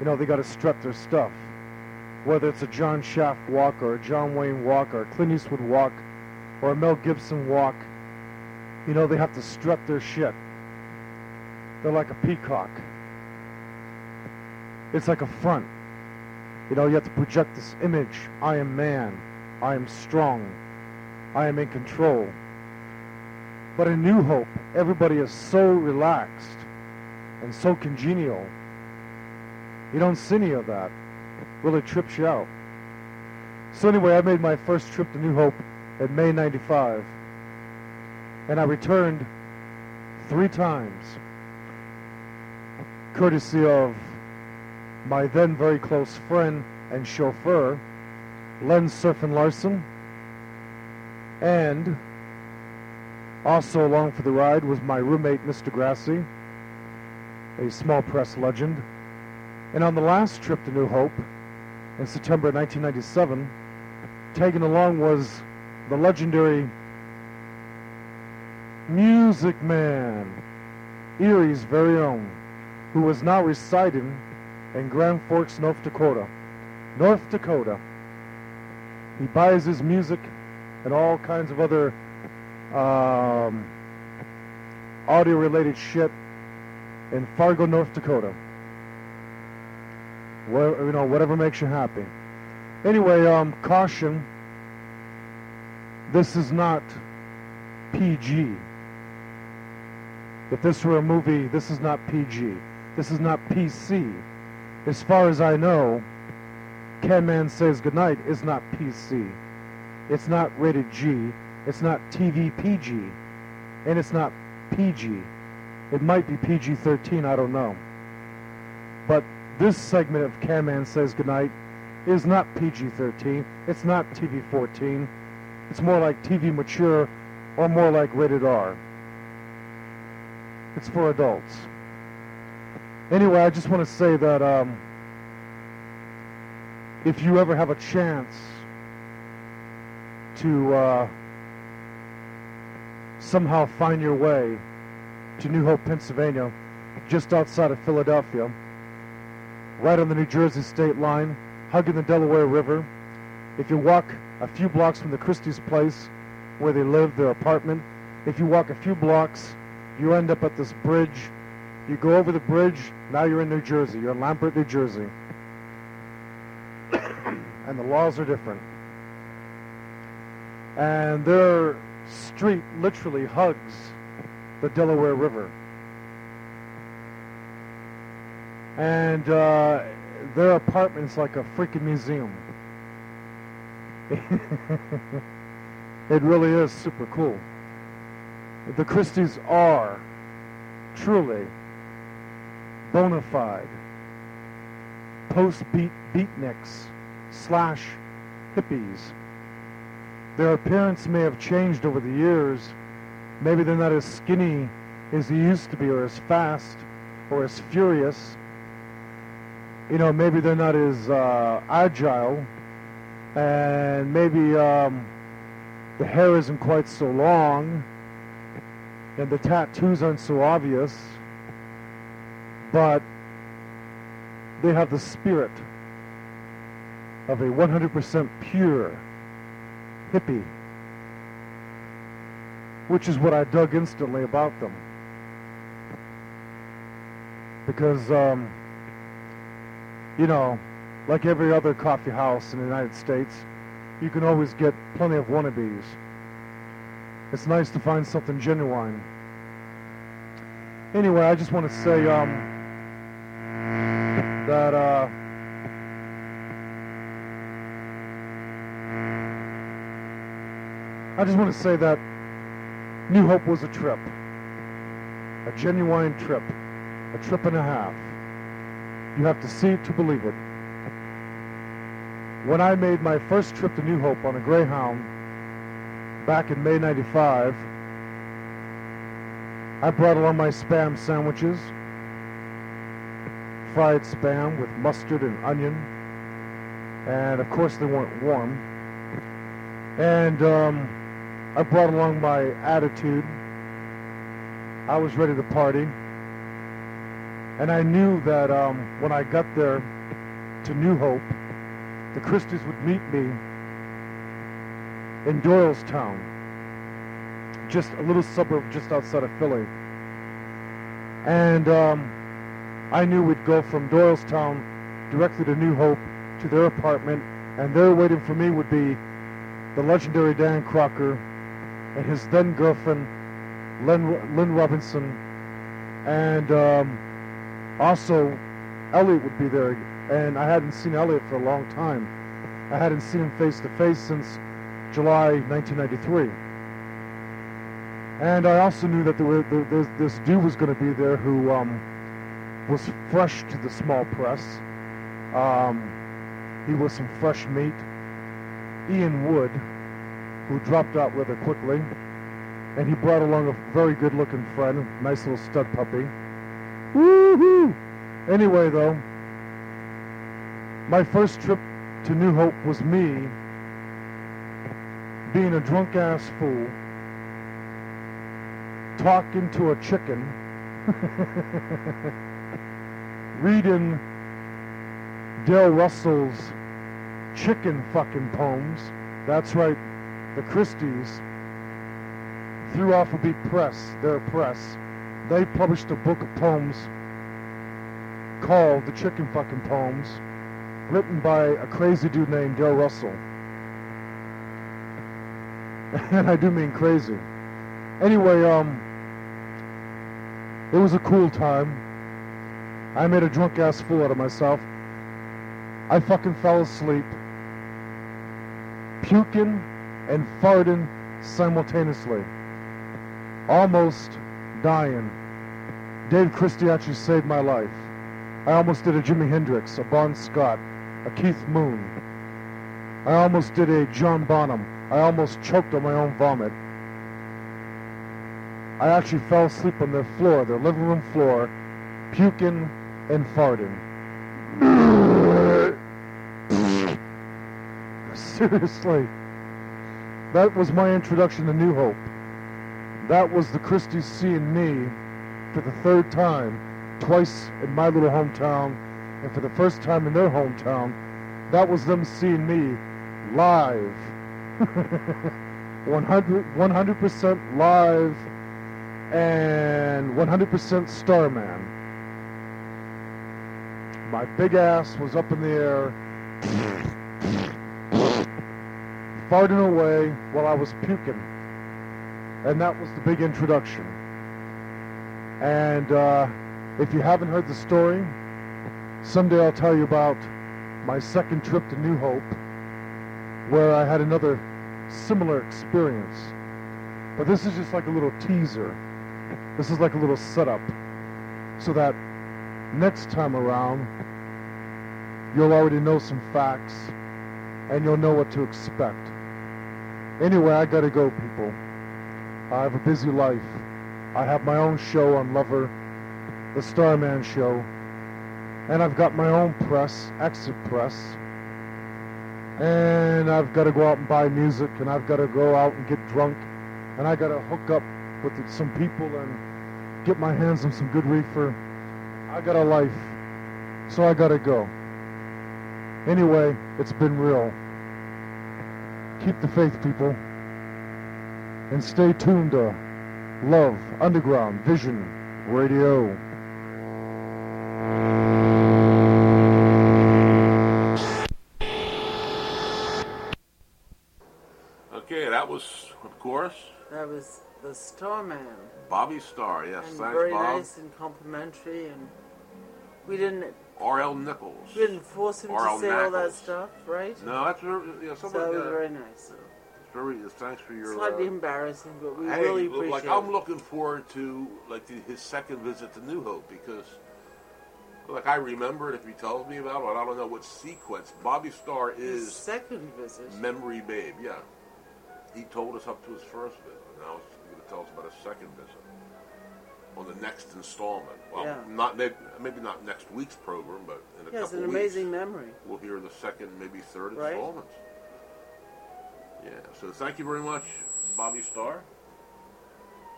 you know, they got to strut their stuff. Whether it's a John Shaft walk or a John Wayne walk or a Clint Eastwood walk or a Mel Gibson walk, you know, they have to strut their shit. They're like a peacock. It's like a front. You know, you have to project this image. I am man. I am strong. I am in control. But in New Hope, everybody is so relaxed and so congenial you don't see any of that. Really trips you out. So anyway, I made my first trip to New Hope in May 95. And I returned three times. Courtesy of my then very close friend and chauffeur, Len Surfin Larson. And also along for the ride was my roommate, Mr. Grassi, a small press legend. And on the last trip to New Hope, in September 1997, taken along was the legendary Music Man, Erie's very own, who was now residing in Grand Forks, North Dakota. North Dakota. He buys his music and all kinds of other um, audio-related shit in Fargo, North Dakota. Where, you know, whatever makes you happy. Anyway, um, caution. This is not PG. If this were a movie, this is not PG. This is not PC. As far as I know, Can Man Says Goodnight is not PC. It's not rated G. It's not TV PG. And it's not PG. It might be PG 13, I don't know. But this segment of Can Man Says Goodnight is not PG 13. It's not TV 14. It's more like TV mature or more like rated R. It's for adults. Anyway, I just want to say that um, if you ever have a chance to uh, somehow find your way to New Hope, Pennsylvania, just outside of Philadelphia, right on the New Jersey state line, hugging the Delaware River. If you walk a few blocks from the Christie's place where they live, their apartment, if you walk a few blocks, you end up at this bridge. You go over the bridge, now you're in New Jersey. You're in Lambert, New Jersey. and the laws are different. And their street literally hugs the Delaware River. And uh, their apartment's like a freaking museum. it really is super cool. The Christies are truly bona fide post beat beatniks slash hippies. Their appearance may have changed over the years. Maybe they're not as skinny as they used to be, or as fast, or as furious. You know, maybe they're not as uh, agile, and maybe um, the hair isn't quite so long, and the tattoos aren't so obvious. But they have the spirit of a 100% pure hippie, which is what I dug instantly about them. Because, um, you know, like every other coffee house in the United States, you can always get plenty of wannabes. It's nice to find something genuine. Anyway, I just want to say um, that uh, I just want to say that New Hope was a trip, a genuine trip, a trip and a half. You have to see it to believe it. When I made my first trip to New Hope on a Greyhound back in May 95, I brought along my spam sandwiches, fried spam with mustard and onion, and of course they weren't warm. And um, I brought along my attitude. I was ready to party. And I knew that um, when I got there to New Hope, the Christies would meet me in Doylestown, just a little suburb just outside of Philly. And um, I knew we'd go from Doylestown directly to New Hope to their apartment, and there waiting for me would be the legendary Dan Crocker and his then girlfriend Lynn, Lynn Robinson, and um, also Elliot would be there. And I hadn't seen Elliot for a long time. I hadn't seen him face to face since July 1993. And I also knew that there were, there, this, this dude was going to be there who um, was fresh to the small press. Um, he was some fresh meat. Ian Wood, who dropped out rather quickly, and he brought along a very good-looking friend, nice little stud puppy. Woo-hoo! Anyway, though, my first trip to New Hope was me being a drunk-ass fool, talking to a chicken, reading Dale Russell's chicken fucking poems. That's right, the Christies through Alphabet Press, their press. They published a book of poems called The Chicken Fucking Poems, written by a crazy dude named Del Russell. And I do mean crazy. Anyway, um, it was a cool time. I made a drunk ass fool out of myself. I fucking fell asleep, puking and farting simultaneously, almost dying. Dave Christiachi saved my life. I almost did a Jimi Hendrix, a Bon Scott, a Keith Moon. I almost did a John Bonham. I almost choked on my own vomit. I actually fell asleep on their floor, their living room floor, puking and farting. Seriously. That was my introduction to New Hope. That was the Christie seeing me for the third time, twice in my little hometown, and for the first time in their hometown. That was them seeing me live. 100, 100% live and 100% Starman. My big ass was up in the air, farting away while I was puking. And that was the big introduction. And uh, if you haven't heard the story, someday I'll tell you about my second trip to New Hope, where I had another similar experience. But this is just like a little teaser. This is like a little setup, so that next time around, you'll already know some facts and you'll know what to expect. Anyway, I gotta go, people. I have a busy life. I have my own show on Lover, the Starman Show, and I've got my own press, Exit Press, and I've got to go out and buy music, and I've got to go out and get drunk, and I got to hook up with some people and get my hands on some good reefer. I got a life, so I got to go. Anyway, it's been real. Keep the faith, people, and stay tuned to Love Underground Vision Radio. Okay, that was, of course, That was the Starman. Bobby Starr. Yes, and thanks, very Bob. nice and complimentary and we didn't R.L. Nichols. we didn't force him Or to our say all that knuckles. stuff, right? No, that's very- yeah, so something that like was that. very It's nice. very- it's thanks for your. Slightly uh, embarrassing, but we hey, really look, appreciate like it. I'm looking forward to like the, his second visit to New Hope because, like I remember it if he tells me about it. I don't know what sequence. Bobby Starr His is second visit. Memory Babe. Yeah, he told us up to his first visit. Now he's going to tell us about his second visit on the next installment. Well, Yeah. not maybe, maybe not next week's program, but in a He has couple an weeks. amazing memory. We'll hear the second, maybe third Right. installments. Yeah. So thank you very much, Bobby Starr.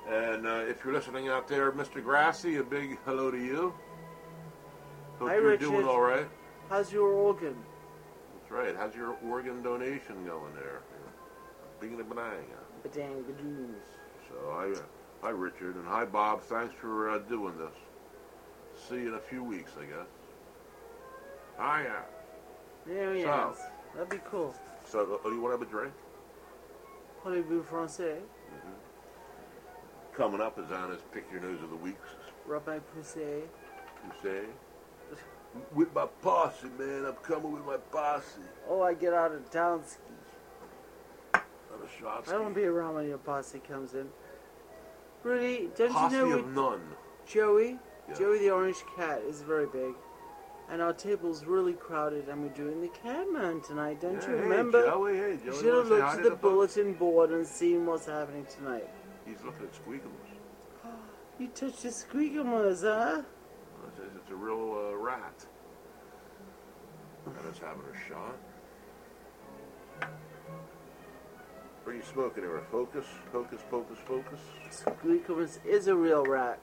And uh, if you're listening out there, Mr. Grassy, a big hello to you. Hope Hi, you're Richard. doing all right. How's your organ? That's right. How's your organ donation going there? Being a benign. Badang badoo. So hi, uh, hi Richard, and hi Bob. Thanks for uh, doing this. See you in a few weeks, I guess. Hiya. There he So. is. That'd be cool. So, uh, you want to have a drink? Hollywood Francais, Coming up is on his pick your nose of the week, rub my pussy. you say? With my posse, man. I'm coming with my posse. Oh, I get out of town ski. On a shot I don't want to ski. be around when your posse comes in. Rudy, don't Posse you know of we- none. Joey? Yeah. Joey the orange cat is very big. And our table's really crowded, and we're doing the Catman tonight. Don't Yeah, you hey, remember? Joey, hey, you Joey, should have wanna say hi looked at the the folks? bulletin board and seen what's happening tonight. He's looking at squeakums. You touched the squeakamas, huh? It says it's a real uh, rat. And it's having a shot. What are you smoking there? Focus, focus, focus, focus. Squeakamas is a real rat.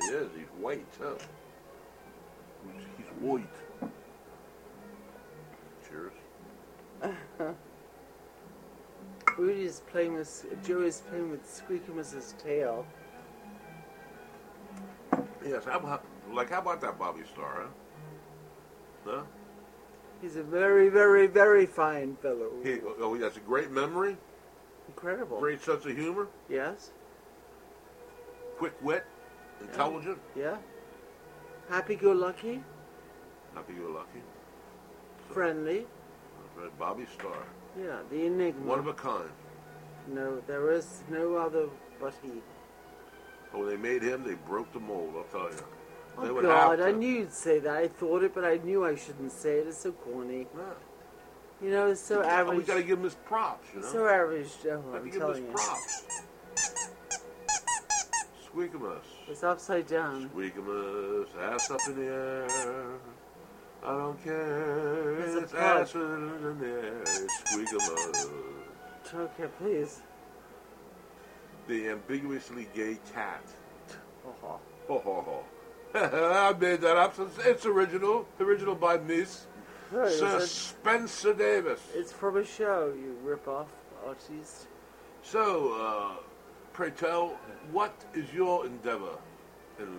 He is. He's white, huh? He's, he's white. Cheers. Rudy is playing with Joey is playing with Squeakamus's tail. Yes, how about, like how about that Bobby Star? Huh? Huh? He's a very, very, very fine fellow. He, oh, he has a great memory, Incredible. great sense of humor, Yes. quick wit, intelligent. Yeah. Happy-go-lucky. Happy you're lucky. Friendly. Right, Bobby Star, Yeah. The enigma. one of a kind. No, there is no other but he. Oh, when they made him, they broke the mold. I'll tell you. They Oh would have God, I to- knew you'd say that. I thought it, but I knew I shouldn't say it. It's so corny. Yeah. You know, it's so Oh, we average. gotta give him his props, you know. So average, Joe. Gotta I'm give him his telling you. props. Squeakamus. It's upside down. Squeakamus, ass up in the air. I don't care. There's a It's plug. ass in the air. Squeakamus. Okay, please. The ambiguously gay cat. Oh, Ho ho ho. I made that up. It's- It's original. Original by Miss there it Sir is. Spencer Davis. It's from a show, you rip-off artist. So, uh, pray tell, what is your endeavor in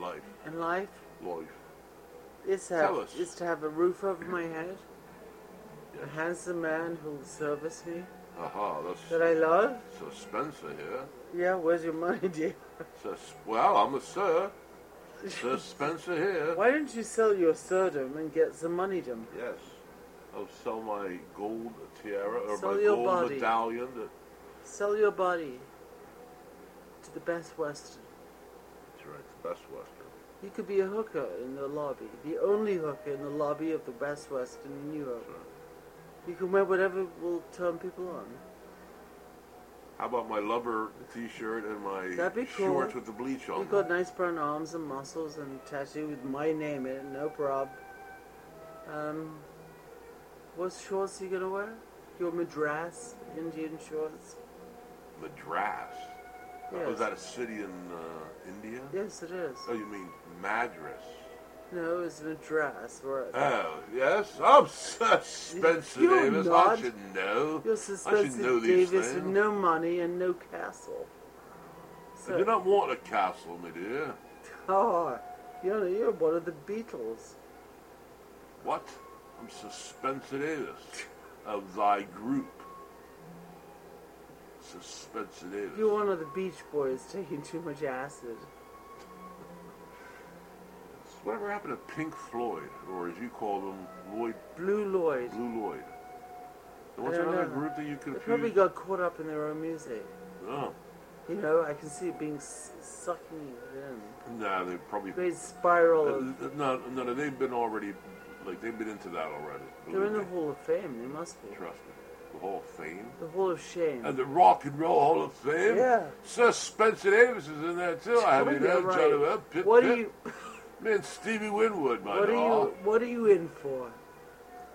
life? And life Life. is to Tell have, us. is to have a roof over my head, a Yes. handsome man who will service me, Aha, that that's I love. Sir Spencer here. Yeah, where's your money, dear? Sir, S- well, I'm a sir. Sir Spencer here. Why don't you sell your serdom and get some moneydom? Yes. I'll sell my gold tiara or Sell my your gold body. medallion. that- Sell your body to the best Western. That's right, the best western. You could be a hooker in the lobby, the only hooker in the lobby of the Best Western in New York. That's right. You can wear whatever will turn people on. How about my lubber t-shirt and my That'd be cool. shorts with the bleach on You've them? got nice brown arms and muscles and tattoo with my name in it, no prob. Um, what shorts are you gonna wear? Your madras, Indian shorts? Madras. Yes. Was Oh, that a city in uh, India? Yes, it is. Oh, you mean Madras. No, it's madras. Where Oh, yes, I'm Sir Spencer You're Davis. I not. should know. You're I should know suspensive these Davis with things. no money and no castle. I do not want a castle, my dear. Oh, you're, you're one of the Beatles. What? I'm Sir Spencer Davis of thy group. Sir Spencer Davis. You're one of the Beach Boys taking too much acid. Whatever happened to Pink Floyd, or as you call them, Lloyd Blue Lloyd. Blue Lloyd? There was I don't another know. group that you They Mm, confused. probably got caught up in their own music. oh, You know, I can see it being s- sucking it in. no, they probably. Great spiral of. Uh, no, no, they've been already. Like they've been into that already. They're believe in the me. Hall of Fame, they must be. Trust me. The Hall of Fame. The Hall of Shame. And the Rock and Roll Hall of Fame. Yeah. Sir Spencer Davis is in there too. I Oh, mean, you're that's right. right. up. Pit, What Pit. are you? Me and Stevie Winwood, my What are dog. you? What are you in for?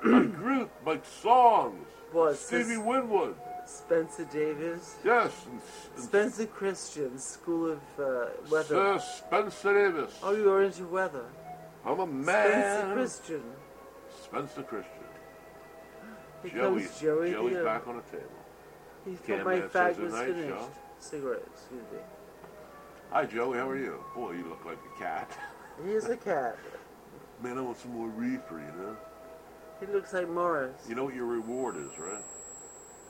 My group, my songs. What, Stevie sis- Winwood. Spencer Davis, Yes. And, s- and Spencer Christian, School of uh, Sir Weather. Spencer Davis. Oh, you're into weather. I'm a Spencer man. Christian. Spencer Christian. Here Joey's, comes Joey. Joey's Dio. back on the table. He thought Can't my miss. fag It's a was night finished. show. Cigarette, excuse me. Hi, Joey. How are you? Boy, you look like a cat. He's a cat. Man, I want some more reefer, you know? He looks like Morris. You know what your reward is, right?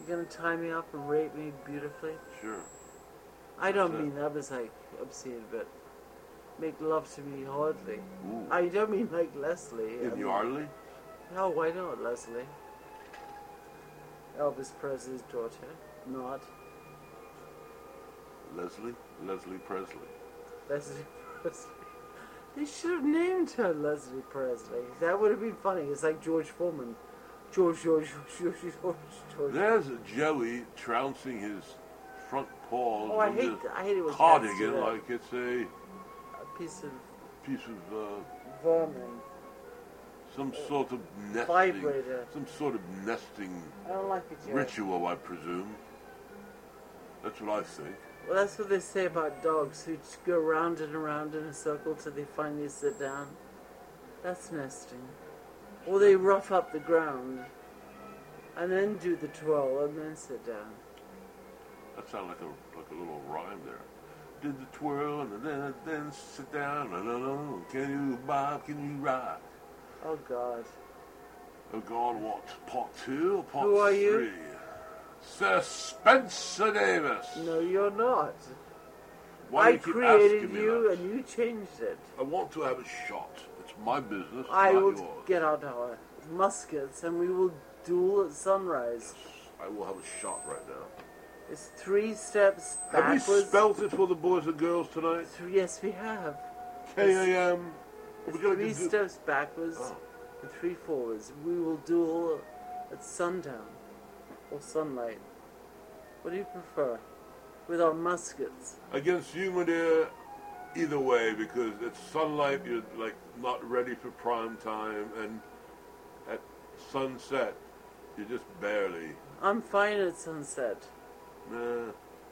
You're gonna tie me up and rape me beautifully? Sure. I don't Sure. mean that was like obscene, but make love to me hardly. Ooh. I don't mean like Leslie. I In mean- the Arley? No, why not Leslie? Elvis Presley's daughter. Not Leslie? Leslie Presley. Leslie Presley. They should have named her Leslie Presley. That would have been funny. It's like George Foreman. George, George, George, George, George. George. There's Joey trouncing his front paws Oh, I on hate, this I hate it when cats do cardigan that. like it's a a piece of piece of uh, vermin. some sort of nesting. Vibrator. Some sort of nesting I don't like it. Jerry. ritual, I presume. That's what I think. Well, that's what they say about dogs who just go round and around in a circle till they finally sit down. That's nesting. Or they rough up the ground and then do the twirl and then sit down. That sounded like a, like a little rhyme there. did the twirl and then I then sit down and I know, can you bob, can you rock? Oh God. Oh God, what part two or part Who are you? three? Sir Spencer Davis. No, you're not. Why I do you keep created asking me you that? and you changed it. I want to have a shot. It's my business, I not will yours. get out our muskets and we will duel at sunrise. I will have a shot right now. It's three steps Have we backwards. spelt it for the boys and girls tonight? Th- yes, we have. K-A-M. It's We're gonna three do- steps backwards Oh. and three forwards. We will duel at sundown or sunlight. What do you prefer? With our muskets. Against you, my dear, either way, because it's sunlight, you're like not ready for prime time, and at sunset, you're just barely. I'm fine at sunset. Nah,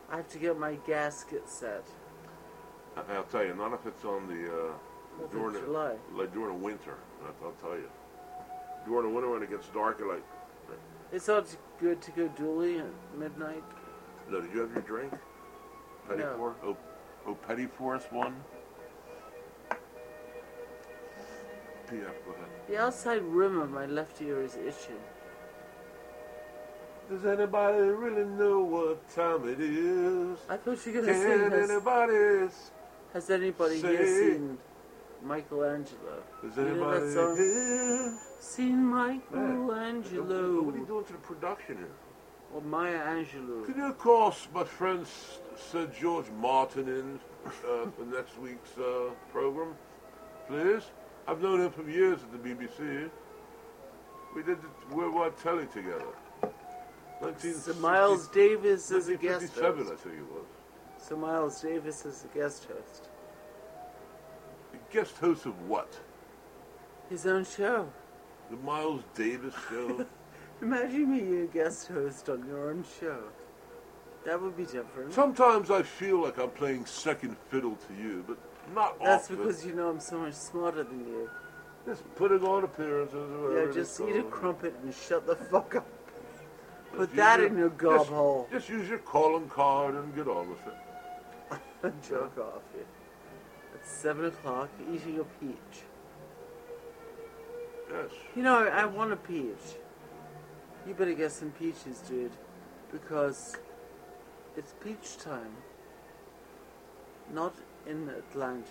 I have to get my gasket set. I- I'll tell you, not if it's on the uh, Fourth of during the- July. like during the winter. I- I'll tell you, during the winter when it gets dark, you're like, It's not good to go dueling at midnight. no, did you have your drink? Petty No. four? Oh, oh, petty force one. PF, go ahead. The outside rim of my left ear is itching. Does anybody really know what time it is? I thought you were going to sing Can this. anybody? s- Has anybody here Say- seen Michelangelo? Does You know anybody? that song? here? Seen What are you Michelangelo doing to the production here? or Maya Angelou? Can you call s- my friend S- Sir George Martin in uh, for next week's uh, program, please? I've known him for years at the BBC. We did the worldwide telly together. Sir 1960 Miles Davis is a guest 1957, I host. think it was. Sir Miles Davis is a guest host. Guest host of what? His own show. The Miles Davis show. Imagine being a guest host on your own show. That would be different. Sometimes I feel like I'm playing second fiddle to you, but not That's often. because you know I'm so much smarter than you. just putting on appearances. or Yeah, whatever it just is eat a called. crumpet and shut the fuck up. Just Put use that in your gob just, hole. Just use your calling card and get on with it. Jerk off. yeah. It's seven o'clock, eating a peach. Yes. You know, I want a peach. You better get some peaches, dude, because it's peach time. Not in Atlanta.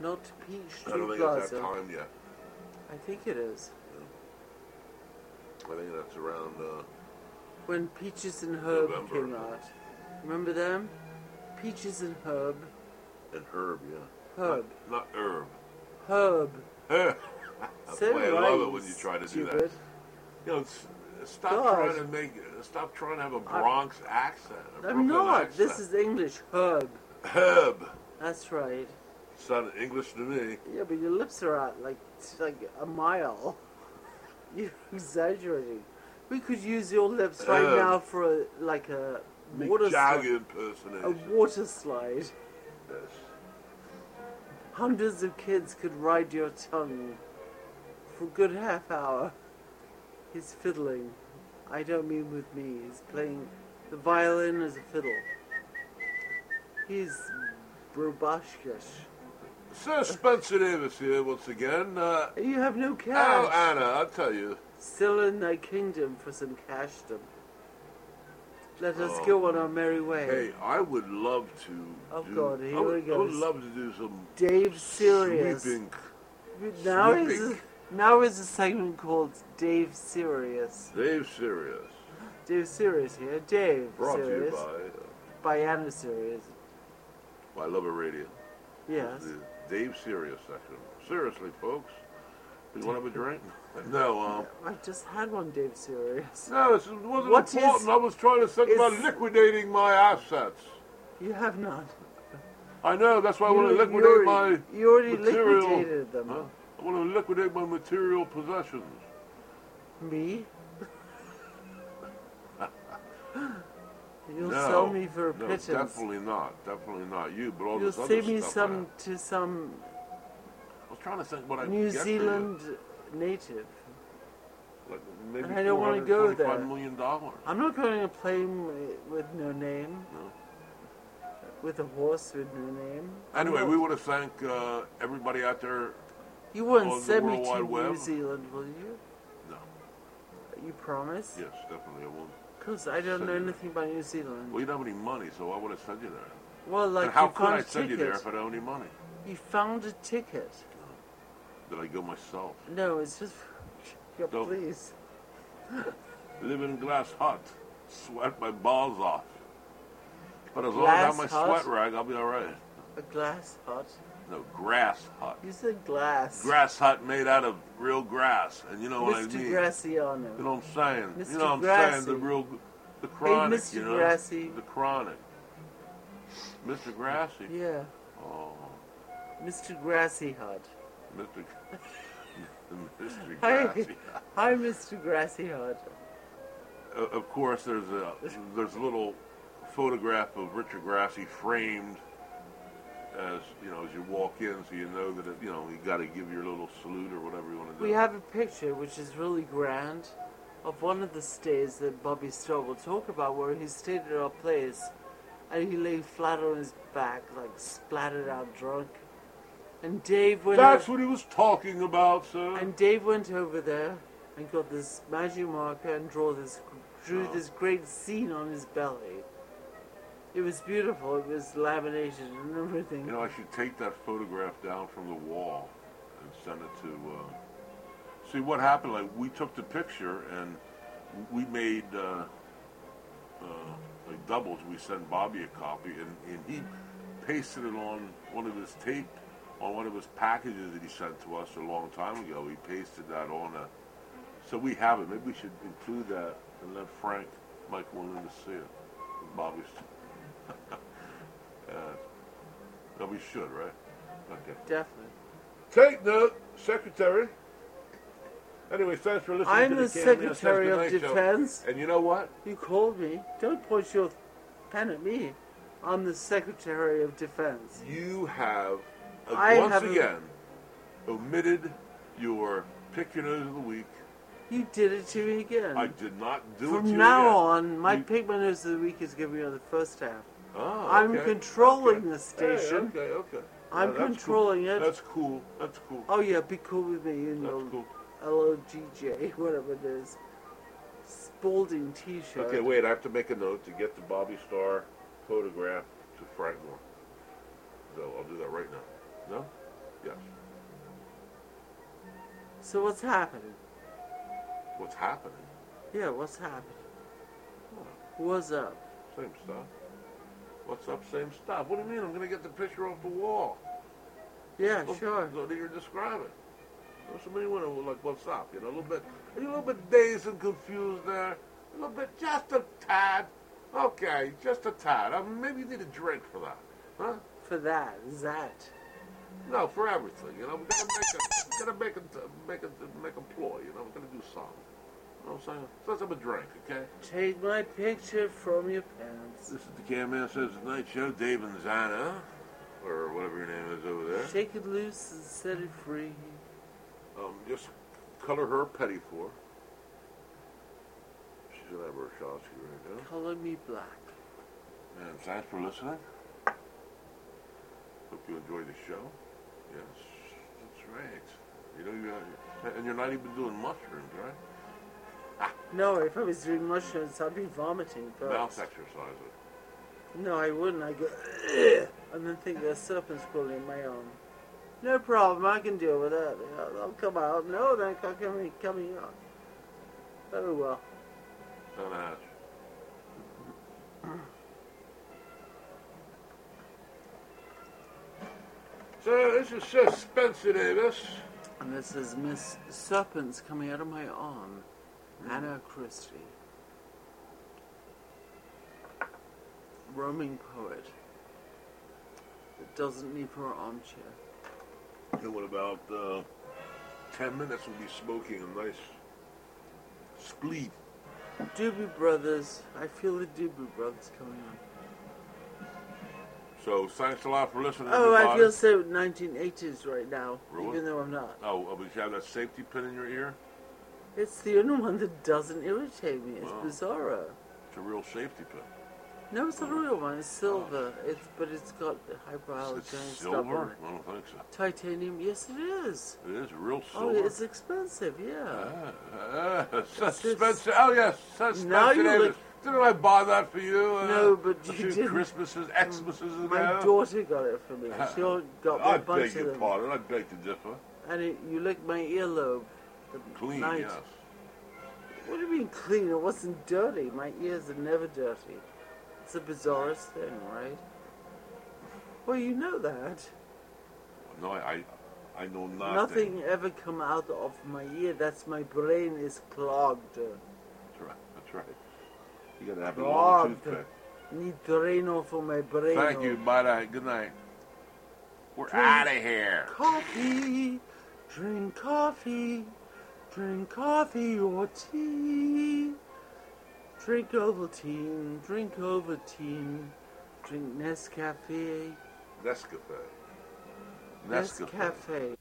Not Peach I don't Tree think it's Plaza. that time yet. I think it is. I think that's around. Uh, When Peaches and Herb November. came out. Remember them? Peaches and Herb. and herb, yeah. Herb. Not herb. Herb. Herb. Say why I right, love it when you try to do that. stupid. You know, s- stop God. trying to make. Stop trying to have a Bronx accent. a Brooklyn I'm not. Accent. This is English. Herb. herb. That's right. Sounded English to me. Yeah, but your lips are out like it's like a mile. You're exaggerating. We could use your lips right Herb. now for a, like a Mick water Jagger slide. A impersonation. water slide. Yes. Hundreds of kids could ride your tongue for a good half hour. He's fiddling. I don't mean with me. He's playing the violin as a fiddle. He's Brobashkish. Sir Spencer Davis here once again. Uh, You have no cash. oh, Anna, I'll tell you. Still in thy kingdom for some cashdom. Let us Oh. go on our merry way. Hey, I would love to. Oh, do, God, here I would, we I go. would love to do some Dave Serious. sweeping. Now sweeping. is a, now is a segment called Dave Serious. Dave Serious. Dave Serious here. Dave Brought Serious to you uh, by Anna Serious. by, uh, by Lover Radio. Yes. The Dave Serious section. Seriously, folks. You want to have a drink? No, um. I just had one Dave Serious. No, this wasn't What is- important. I was trying to think about is- liquidating my assets. You have none. I know, that's why I want to you, you liquidate my. already, you already material- liquidated them. Huh? I want to liquidate my material possessions. Me? no, You'll sell me for a no, pittance. definitely not. Definitely not you. But all You'll this other send me stuff I some have. to some I was trying to think what I New could get for you. Zealand native. Like maybe and I don't wanna go $425 there. million dollars. I'm not going to play m- with no name. No. with a horse with no name. Anyway, we want to thank uh, everybody out there. You wouldn't on the send me World to Wide New Web. Zealand, will you? No, You promise? yes, definitely I won't. Because I don't Send you know there. anything about New Zealand. Well, you don't have any money, so I want to send you there. Well, like and how you could found I a send ticket. you there if I don't have any money? You found a ticket. Did I go myself? No, it's just. Yeah, Don't- please. Live in glass hut, sweat my balls off. But as long as I Glass have my hut? sweat rag, I'll be all right. A glass hut. No grass hut. You said glass. Grass hut made out of real grass, and you know what I Mr. mean. Graciano. You know what I'm saying? You Mr. know what I'm Grassy. saying? The real, the chronic, Mr. you know? Grassy. The chronic. Mr. Grassy. Yeah. Oh, Mr. Grassy Hut. Mr. Mr. Hi. Grassy. Hi, Mr. Grassy Hut. O- of course, there's a there's a little photograph of Richard Grassy framed as you know as you walk in, so you know that it, you know you got to give your little salute or whatever you want to do. We have a picture which is really grand of one of the stays that Bobby Stowe will talk about where he stayed at our place and he lay flat on his back, like splattered out drunk. And Dave went That's o- what he was talking about, sir. and Dave went over there and got this magic marker and draw this drew this great scene on his belly. It was beautiful, it was laminated and everything. you know, I should take that photograph down from the wall and send it to. Uh, see what happened? Like we took the picture and we made uh, uh, like doubles. We sent Bobby a copy, and, and he pasted it on one of his tape on one of his packages that he sent to us a long time ago. He pasted that on a. So we have it. Maybe we should include that and let Frank, Mike Willen, to see it. Bobby's. uh, no, we should, right? Okay. Definitely. Take note, Secretary. Anyway, thanks for listening I'm to the the Can't Be Secretary of Assessed Tonight Show. Defense. And you know what? You called me. Don't point your pen at me. I'm the Secretary of Defense. You have, uh, I once haven't- again, omitted your pick your nose of the week. You did it to me again. I did not do it to From you now again. on, my You- pigment nose of the week is going to be on the first half. Oh, I'm okay, controlling okay. the station. Hey, okay, okay. I'm that's cool. controlling it. That's cool. That's cool. Oh yeah, be cool with me and That's your cool. LOGJ, whatever it is. Spalding T-shirt. Okay, wait. I have to make a note to get the Bobby Star photograph to Frank Moore. So I'll do that right now. No? Yes. So what's happening? What's happening? Oh, Yeah, what's happening? What's up? Same stuff. What's up? Same stuff. What do you mean? I'm gonna get the picture off the wall. Yeah, Look- sure. Look that you're describing. You know, somebody went over like, what's up? You know, a little bit. Are you a little bit dazed and confused there? A little bit, just a tad. Okay, just a tad. Um, maybe you need a drink for that, huh? For that, that. No, for everything. You know, we're gonna make a, we're gonna make a, make a, make a ploy. You know, we're gonna do something. You know what I'm saying? So let's have a drink, okay? Take my picture from your pants. This is the Camman Says Tonight Show, Dave and Zana, or whatever your name is over there. Shake it loose and set it free. Um, just color her pettifor. She's gonna have her shots right now. Color me black. And thanks for listening. Hope you enjoyed the show. Yes, that's right. You know, you and you're not even doing mushrooms, right? No, if I was doing mushrooms, I'd be vomiting Mouth first. exercises. No, I wouldn't. I go, "Ugh," and then think there's serpents crawling in my arm. No problem. I can deal with that. Yeah, They'll come out. No, they're not coming coming out. Oh well. Don't ask. So this is Sir Spencer Davis. And this is Miss Serpents coming out of my arm. Anna Christie. Roaming poet that doesn't need for an armchair. And what about uh, ten minutes? We'll be smoking a nice spleet. Doobie Brothers. I feel the Doobie Brothers coming on. So thanks a lot for listening. Oh, I everybody. feel so 1980s right now, Really? even though I'm not. Oh, uh, but you have that safety pin in your ear. It's the only one that doesn't irritate me. It's Wow. bizarro. It's a real safety pin. No, it's not a real one. It's silver. It's but it's got hypoallergenic It's stuff in silver? it. I don't think so. Titanium. Yes, it is. It is real Oh, silver. it's expensive. Yeah. Ah, ah, it's- suspense. Oh yes, suspense. Now you Davis. look- Didn't I buy that for you? Uh, No, but a you few didn't. Mm, Christmases, Xmases ago. My daughter got it for me. She all got me I a bunch beg of your them. pardon. I beg to differ. And it, you licked my earlobe. The Clean, night. yes. What do you mean clean? It wasn't dirty. My ears are never dirty. It's the bizarrest thing, right? Well, you know that. No, I, I, I know nothing. Nothing ever come out of my ear. That's my brain is clogged. That's right. That's right. You gotta have a long Clogged. toothpick. Need Drano for my brain. Thank you. Bye. night. Good night. We're out of here. Coffee, drink coffee, drink coffee or tea. Drink Ovaltine, drink Ovaltine, drink Nescafe, Nescafe. Nescafe. Nescafe.